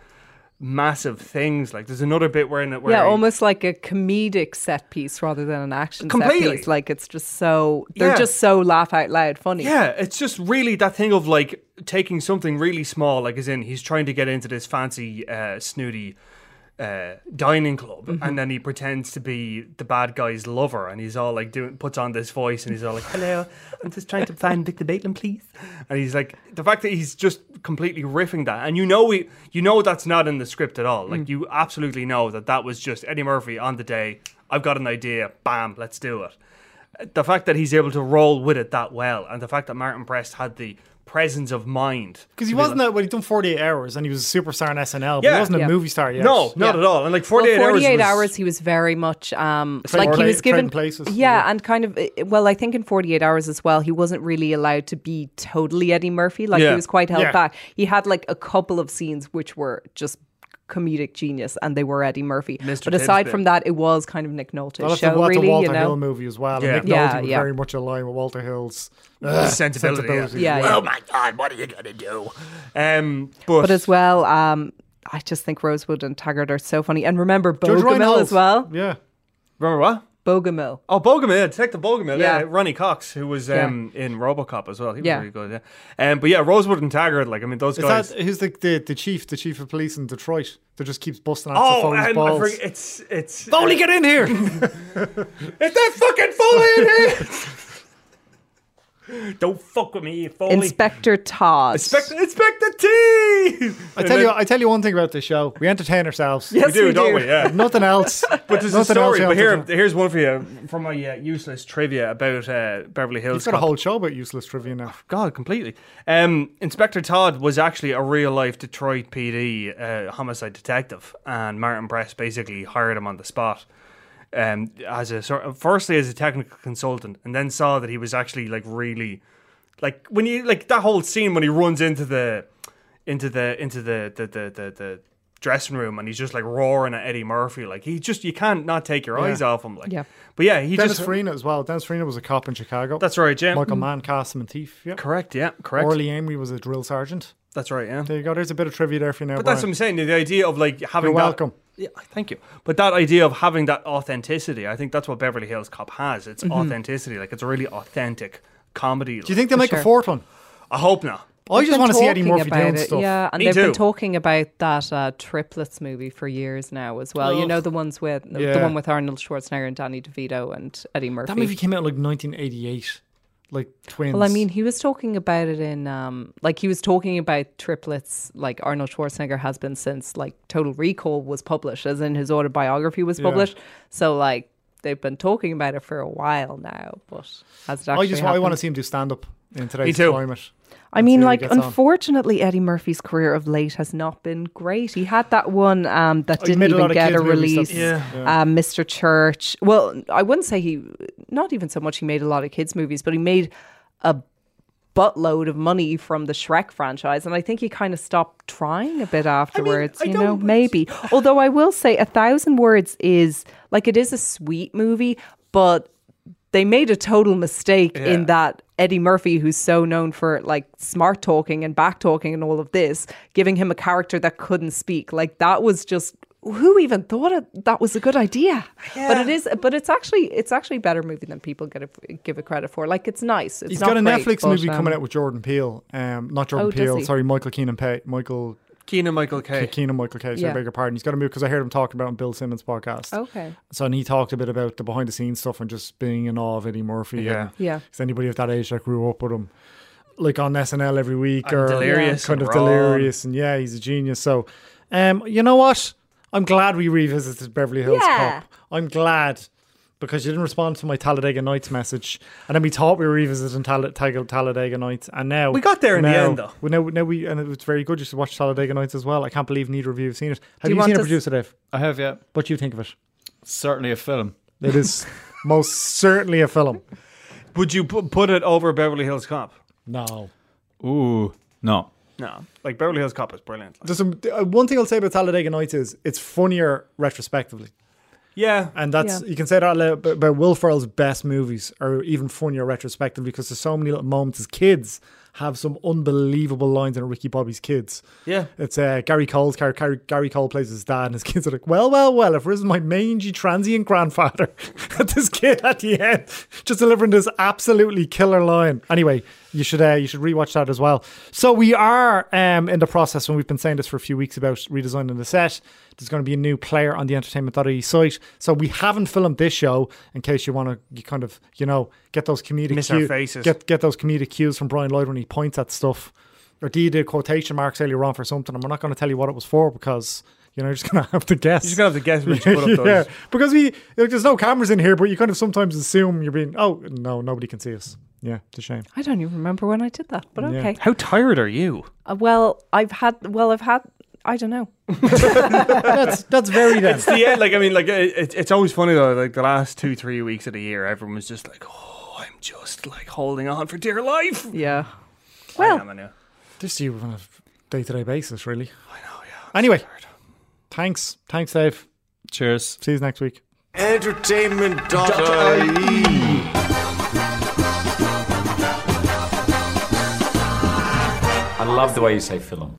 Speaker 6: massive things like there's another bit where in it where
Speaker 4: yeah,
Speaker 6: he-
Speaker 4: almost like a comedic set piece rather than an action
Speaker 6: Completely.
Speaker 4: set piece. Like it's just so they're
Speaker 6: Yeah.
Speaker 4: just so laugh out loud funny.
Speaker 6: yeah it's just really that thing of like taking something really small like as in he's trying to get into this fancy uh snooty uh, dining club,
Speaker 4: Mm-hmm.
Speaker 6: and then he pretends to be the bad guy's lover, and he's all like doing puts on this voice, and he's all like, "Hello, I'm just trying to find Victor Bateman, please." And he's like, the fact that he's just completely riffing that, and you know, he, you know that's not in the script at all.
Speaker 4: Mm.
Speaker 6: Like you absolutely know that that was just Eddie Murphy on the day. I've got an idea, bam, let's do it. The fact that he's able to roll with it that well, and the fact that Martin Prest had the presence of mind
Speaker 3: Because he wasn't that, well, he'd done 48 hours and he was a superstar in SNL, but
Speaker 6: Yeah.
Speaker 3: he wasn't a
Speaker 4: Yeah.
Speaker 3: movie star yet.
Speaker 6: No, not
Speaker 4: Yeah.
Speaker 6: at all. And like
Speaker 4: Well,
Speaker 6: 48,
Speaker 4: 48
Speaker 6: hours,
Speaker 4: hours,
Speaker 6: was-
Speaker 4: he was very much um,
Speaker 3: Trading
Speaker 4: like he
Speaker 3: pla-
Speaker 4: was
Speaker 3: trading
Speaker 4: given
Speaker 3: places,
Speaker 4: Yeah,
Speaker 3: yeah.
Speaker 4: and kind of uh, well, I think in 48 hours as well, he wasn't really allowed to be totally Eddie Murphy. Like
Speaker 6: Yeah.
Speaker 4: he was quite held
Speaker 3: Yeah.
Speaker 4: back. He had like a couple of scenes which were just comedic genius, and they were Eddie Murphy.
Speaker 6: Mr.
Speaker 4: But aside
Speaker 6: Tibbs
Speaker 4: from
Speaker 6: bit.
Speaker 4: that, it was kind of Nick Nolte's
Speaker 3: Well, that's the,
Speaker 4: show,
Speaker 3: that's the
Speaker 4: really.
Speaker 3: Walter
Speaker 4: You know,
Speaker 3: Hill movie as well.
Speaker 6: Yeah.
Speaker 3: And Nick Nolte
Speaker 4: Yeah,
Speaker 3: was
Speaker 4: yeah.
Speaker 3: very much aligned with Walter Hill's uh,
Speaker 6: sensibility, yeah.
Speaker 3: sensibility.
Speaker 4: yeah, yeah.
Speaker 6: Oh God, what are you gonna do? Um, but,
Speaker 4: But as well, um, I just think Rosewood and Taggart are so funny. And remember
Speaker 3: Judge
Speaker 4: Bogomil as
Speaker 3: Reinhold.
Speaker 4: well.
Speaker 3: Yeah.
Speaker 6: remember what?
Speaker 4: Bogomil.
Speaker 6: Oh, Bogomil, Detective Bogomil, yeah.
Speaker 4: Yeah.
Speaker 6: Ronnie Cox, who was um, in RoboCop as well. He was
Speaker 4: Yeah.
Speaker 6: really good, yeah. Um, but yeah, Rosewood and Taggart, like I mean, those
Speaker 3: Is
Speaker 6: guys.
Speaker 3: that who's the, the the chief? The chief of police in Detroit that just keeps busting out
Speaker 6: Oh,
Speaker 3: Foley's
Speaker 6: and I
Speaker 3: balls.
Speaker 6: forget, it's it's uh,
Speaker 3: Foley, get in here!
Speaker 6: it's that fucking Foley in here. Don't fuck with me, Foley.
Speaker 4: Inspector Todd.
Speaker 6: Inspect, inspect the tea.
Speaker 3: I tell you, I tell you one thing about this show: we entertain ourselves.
Speaker 4: Yes,
Speaker 6: we do,
Speaker 4: we
Speaker 6: don't
Speaker 4: do.
Speaker 6: we? Yeah.
Speaker 3: Nothing else.
Speaker 6: But there's
Speaker 3: Nothing
Speaker 6: a
Speaker 3: else
Speaker 6: story. But
Speaker 3: else
Speaker 6: here,
Speaker 3: is there.
Speaker 6: here's one for you from my uh, useless trivia about uh, Beverly Hills.
Speaker 3: It's got a
Speaker 6: Cop.
Speaker 3: whole show about useless trivia now.
Speaker 6: God, completely. Um, Inspector Todd was actually a real life Detroit PD uh, homicide detective, and Martin Press basically hired him on the spot. Um, as a sort of, firstly as a technical consultant, and then saw that he was actually like really, like when you like that whole scene when he runs into the, into the into the the the the, the dressing room and he's just like roaring at Eddie Murphy. Like he just you can't not take your eyes off him. Like
Speaker 4: Yeah.
Speaker 6: But yeah, he
Speaker 3: Dennis
Speaker 6: just
Speaker 3: Farina as well. Dennis Farina was a cop in Chicago.
Speaker 6: That's right, Jim.
Speaker 3: Michael Mann cast him in Thief. Yeah.
Speaker 6: Correct, yeah, correct.
Speaker 3: Orly Amory was a drill sergeant.
Speaker 6: That's right, yeah.
Speaker 3: There you go. There's a bit of trivia there for you now.
Speaker 6: But that's what
Speaker 3: Brian.
Speaker 6: I'm saying. The idea of like having
Speaker 3: You're
Speaker 6: that-
Speaker 3: welcome.
Speaker 6: Yeah, thank you. But that idea of having that authenticity, I think that's what Beverly Hills Cop has. It's authenticity. Like it's a really authentic comedy.
Speaker 3: Mm-hmm. Do you think they'll make
Speaker 4: sure.
Speaker 3: a fourth one?
Speaker 6: I hope not.
Speaker 3: I just
Speaker 4: been
Speaker 3: want to see Eddie
Speaker 4: talking
Speaker 3: Murphy
Speaker 4: about
Speaker 3: doing
Speaker 4: it,
Speaker 3: stuff.
Speaker 4: Yeah, and
Speaker 6: Me
Speaker 4: they've
Speaker 6: too.
Speaker 4: been talking about that uh, triplets movie for years now as well. You know the ones with the
Speaker 3: Yeah.
Speaker 4: one with Arnold Schwarzenegger and Danny DeVito and Eddie Murphy.
Speaker 3: That movie came out in like 1988, like twins.
Speaker 4: well, I mean, he was talking about it in um, like he was talking about triplets. Like Arnold Schwarzenegger has been since like Total Recall was published, as in his autobiography was published. So like they've been talking about it for a while now, but has it actually
Speaker 3: I just I want to
Speaker 4: happened?
Speaker 3: see him do stand up in today's
Speaker 6: too.
Speaker 3: climate.
Speaker 4: I mean,
Speaker 3: see how he
Speaker 4: like,
Speaker 3: gets on.
Speaker 4: unfortunately, Eddie Murphy's career of late has not been great. He had that one um, that
Speaker 3: Oh, he
Speaker 4: didn't
Speaker 3: made a lot
Speaker 4: even
Speaker 3: of
Speaker 4: get a
Speaker 3: kids' movies,
Speaker 4: release,
Speaker 3: doesn't he? Yeah.
Speaker 4: Uh, Mr. Church. Well, I wouldn't say he, not even so much he made a lot of kids' movies, but he made a buttload of money from the Shrek franchise. And I think he kind of stopped trying a bit afterwards,
Speaker 6: I
Speaker 4: you know,
Speaker 6: don't-
Speaker 4: maybe. Although I will say, A Thousand Words is like, it is a sweet movie, but they made a total mistake in that Eddie Murphy, who's so known for like smart talking and back talking and all of this, giving him a character that couldn't speak. Like that was just who even thought it, that was a good idea. But it is. But it's actually it's actually a better movie than people get it give it credit for. Like it's nice. It's
Speaker 3: He's
Speaker 4: not
Speaker 3: got a
Speaker 4: great,
Speaker 3: Netflix
Speaker 4: but,
Speaker 3: movie
Speaker 4: um,
Speaker 3: coming out with Jordan Peele. Um, not Jordan
Speaker 4: Oh, does
Speaker 3: Peele.
Speaker 4: he?
Speaker 3: Sorry, Michael Keenan. Pe- Michael
Speaker 6: Keenan Michael K.
Speaker 3: Keenan. Michael K. Sorry,
Speaker 4: Yeah.
Speaker 3: beg your pardon. He's got a movie because I heard him talking about it on Bill Simmons' podcast.
Speaker 4: Okay.
Speaker 3: So and he talked a bit about the behind the scenes stuff and just being in awe of Eddie Murphy.
Speaker 6: Yeah.
Speaker 3: and-
Speaker 4: Yeah.
Speaker 3: Is anybody of that age that grew up with him, like on SNL every week
Speaker 6: And
Speaker 3: or
Speaker 6: Delirious
Speaker 3: kind
Speaker 6: and
Speaker 3: of
Speaker 6: Ron.
Speaker 3: delirious and yeah, he's a genius. So, um, you know what? I'm glad we revisited Beverly Hills
Speaker 4: Yeah.
Speaker 3: Cop. I'm glad because you didn't respond to my Talladega Nights message, and then we thought we were revisiting Tal- Tal- Talladega Nights, and now
Speaker 6: We got there in the
Speaker 3: now-
Speaker 6: end, though.
Speaker 3: Well, now, now we and it's very good. You should watch Talladega Nights as well. I can't believe neither of you have seen it. Have
Speaker 4: you
Speaker 3: you,
Speaker 4: want
Speaker 3: seen it,
Speaker 4: us-
Speaker 3: producer Dave?
Speaker 5: I have, yeah.
Speaker 3: What do you think of it?
Speaker 5: Certainly a film.
Speaker 3: It is most certainly a film.
Speaker 6: Would you pu- put it over Beverly Hills Cop?
Speaker 3: No.
Speaker 5: Ooh, no.
Speaker 6: No. Like Beverly Hills Cop is brilliant. Like,
Speaker 3: There's some, uh, one thing I'll say about Talladega Nights is it's funnier retrospectively.
Speaker 6: yeah.
Speaker 3: And that's,
Speaker 4: Yeah.
Speaker 3: you can say that a little bit about Will Ferrell's best movies are even funnier retrospectively because there's so many little moments as kids have some unbelievable lines in Ricky Bobby's Kids.
Speaker 6: Yeah.
Speaker 3: It's uh, Gary Cole's car- Gary, Gary Cole plays his dad, and his kids are like, "Well, well, well! If it isn't my mangy transient grandfather, that this kid at the end just delivering this absolutely killer line." Anyway, you should uh, you should rewatch that as well. So we are um, in the process, and we've been saying this for a few weeks about redesigning the set. There's going to be a new player on the entertainment.ie E site. So we haven't filmed this show in case you want to you kind of you know get those comedic
Speaker 6: Miss our
Speaker 3: cue-
Speaker 6: faces.
Speaker 3: get get those comedic cues from Brian Lloyd when he points at stuff. Or did he did quotation marks earlier on for something, and we're not going to tell you what it was for because you know you're just going to have to guess.
Speaker 6: You're just gonna have to guess which put up those.
Speaker 3: yeah, because we like, there's no cameras in here, but you kind of sometimes assume you're being. Oh no, nobody can see us. Yeah, it's a shame.
Speaker 4: I don't even remember when I did that, but
Speaker 3: Yeah.
Speaker 4: okay.
Speaker 6: How tired are you?
Speaker 4: Uh, well, I've had. Well, I've had. I don't know.
Speaker 3: That's that's very then.
Speaker 6: yeah, like I mean, like it, it- it's always funny though. Like the last two, three weeks of the year, everyone was just like, "Oh, I'm just like holding on for dear life."
Speaker 4: Yeah. Well,
Speaker 6: I am, I know.
Speaker 3: Just you on a day to day basis, really. I know. Yeah. Anyway, thanks, thanks, Dave.
Speaker 5: Cheers.
Speaker 3: See you next week.
Speaker 8: Entertainment.ie.
Speaker 9: I love the way you say film.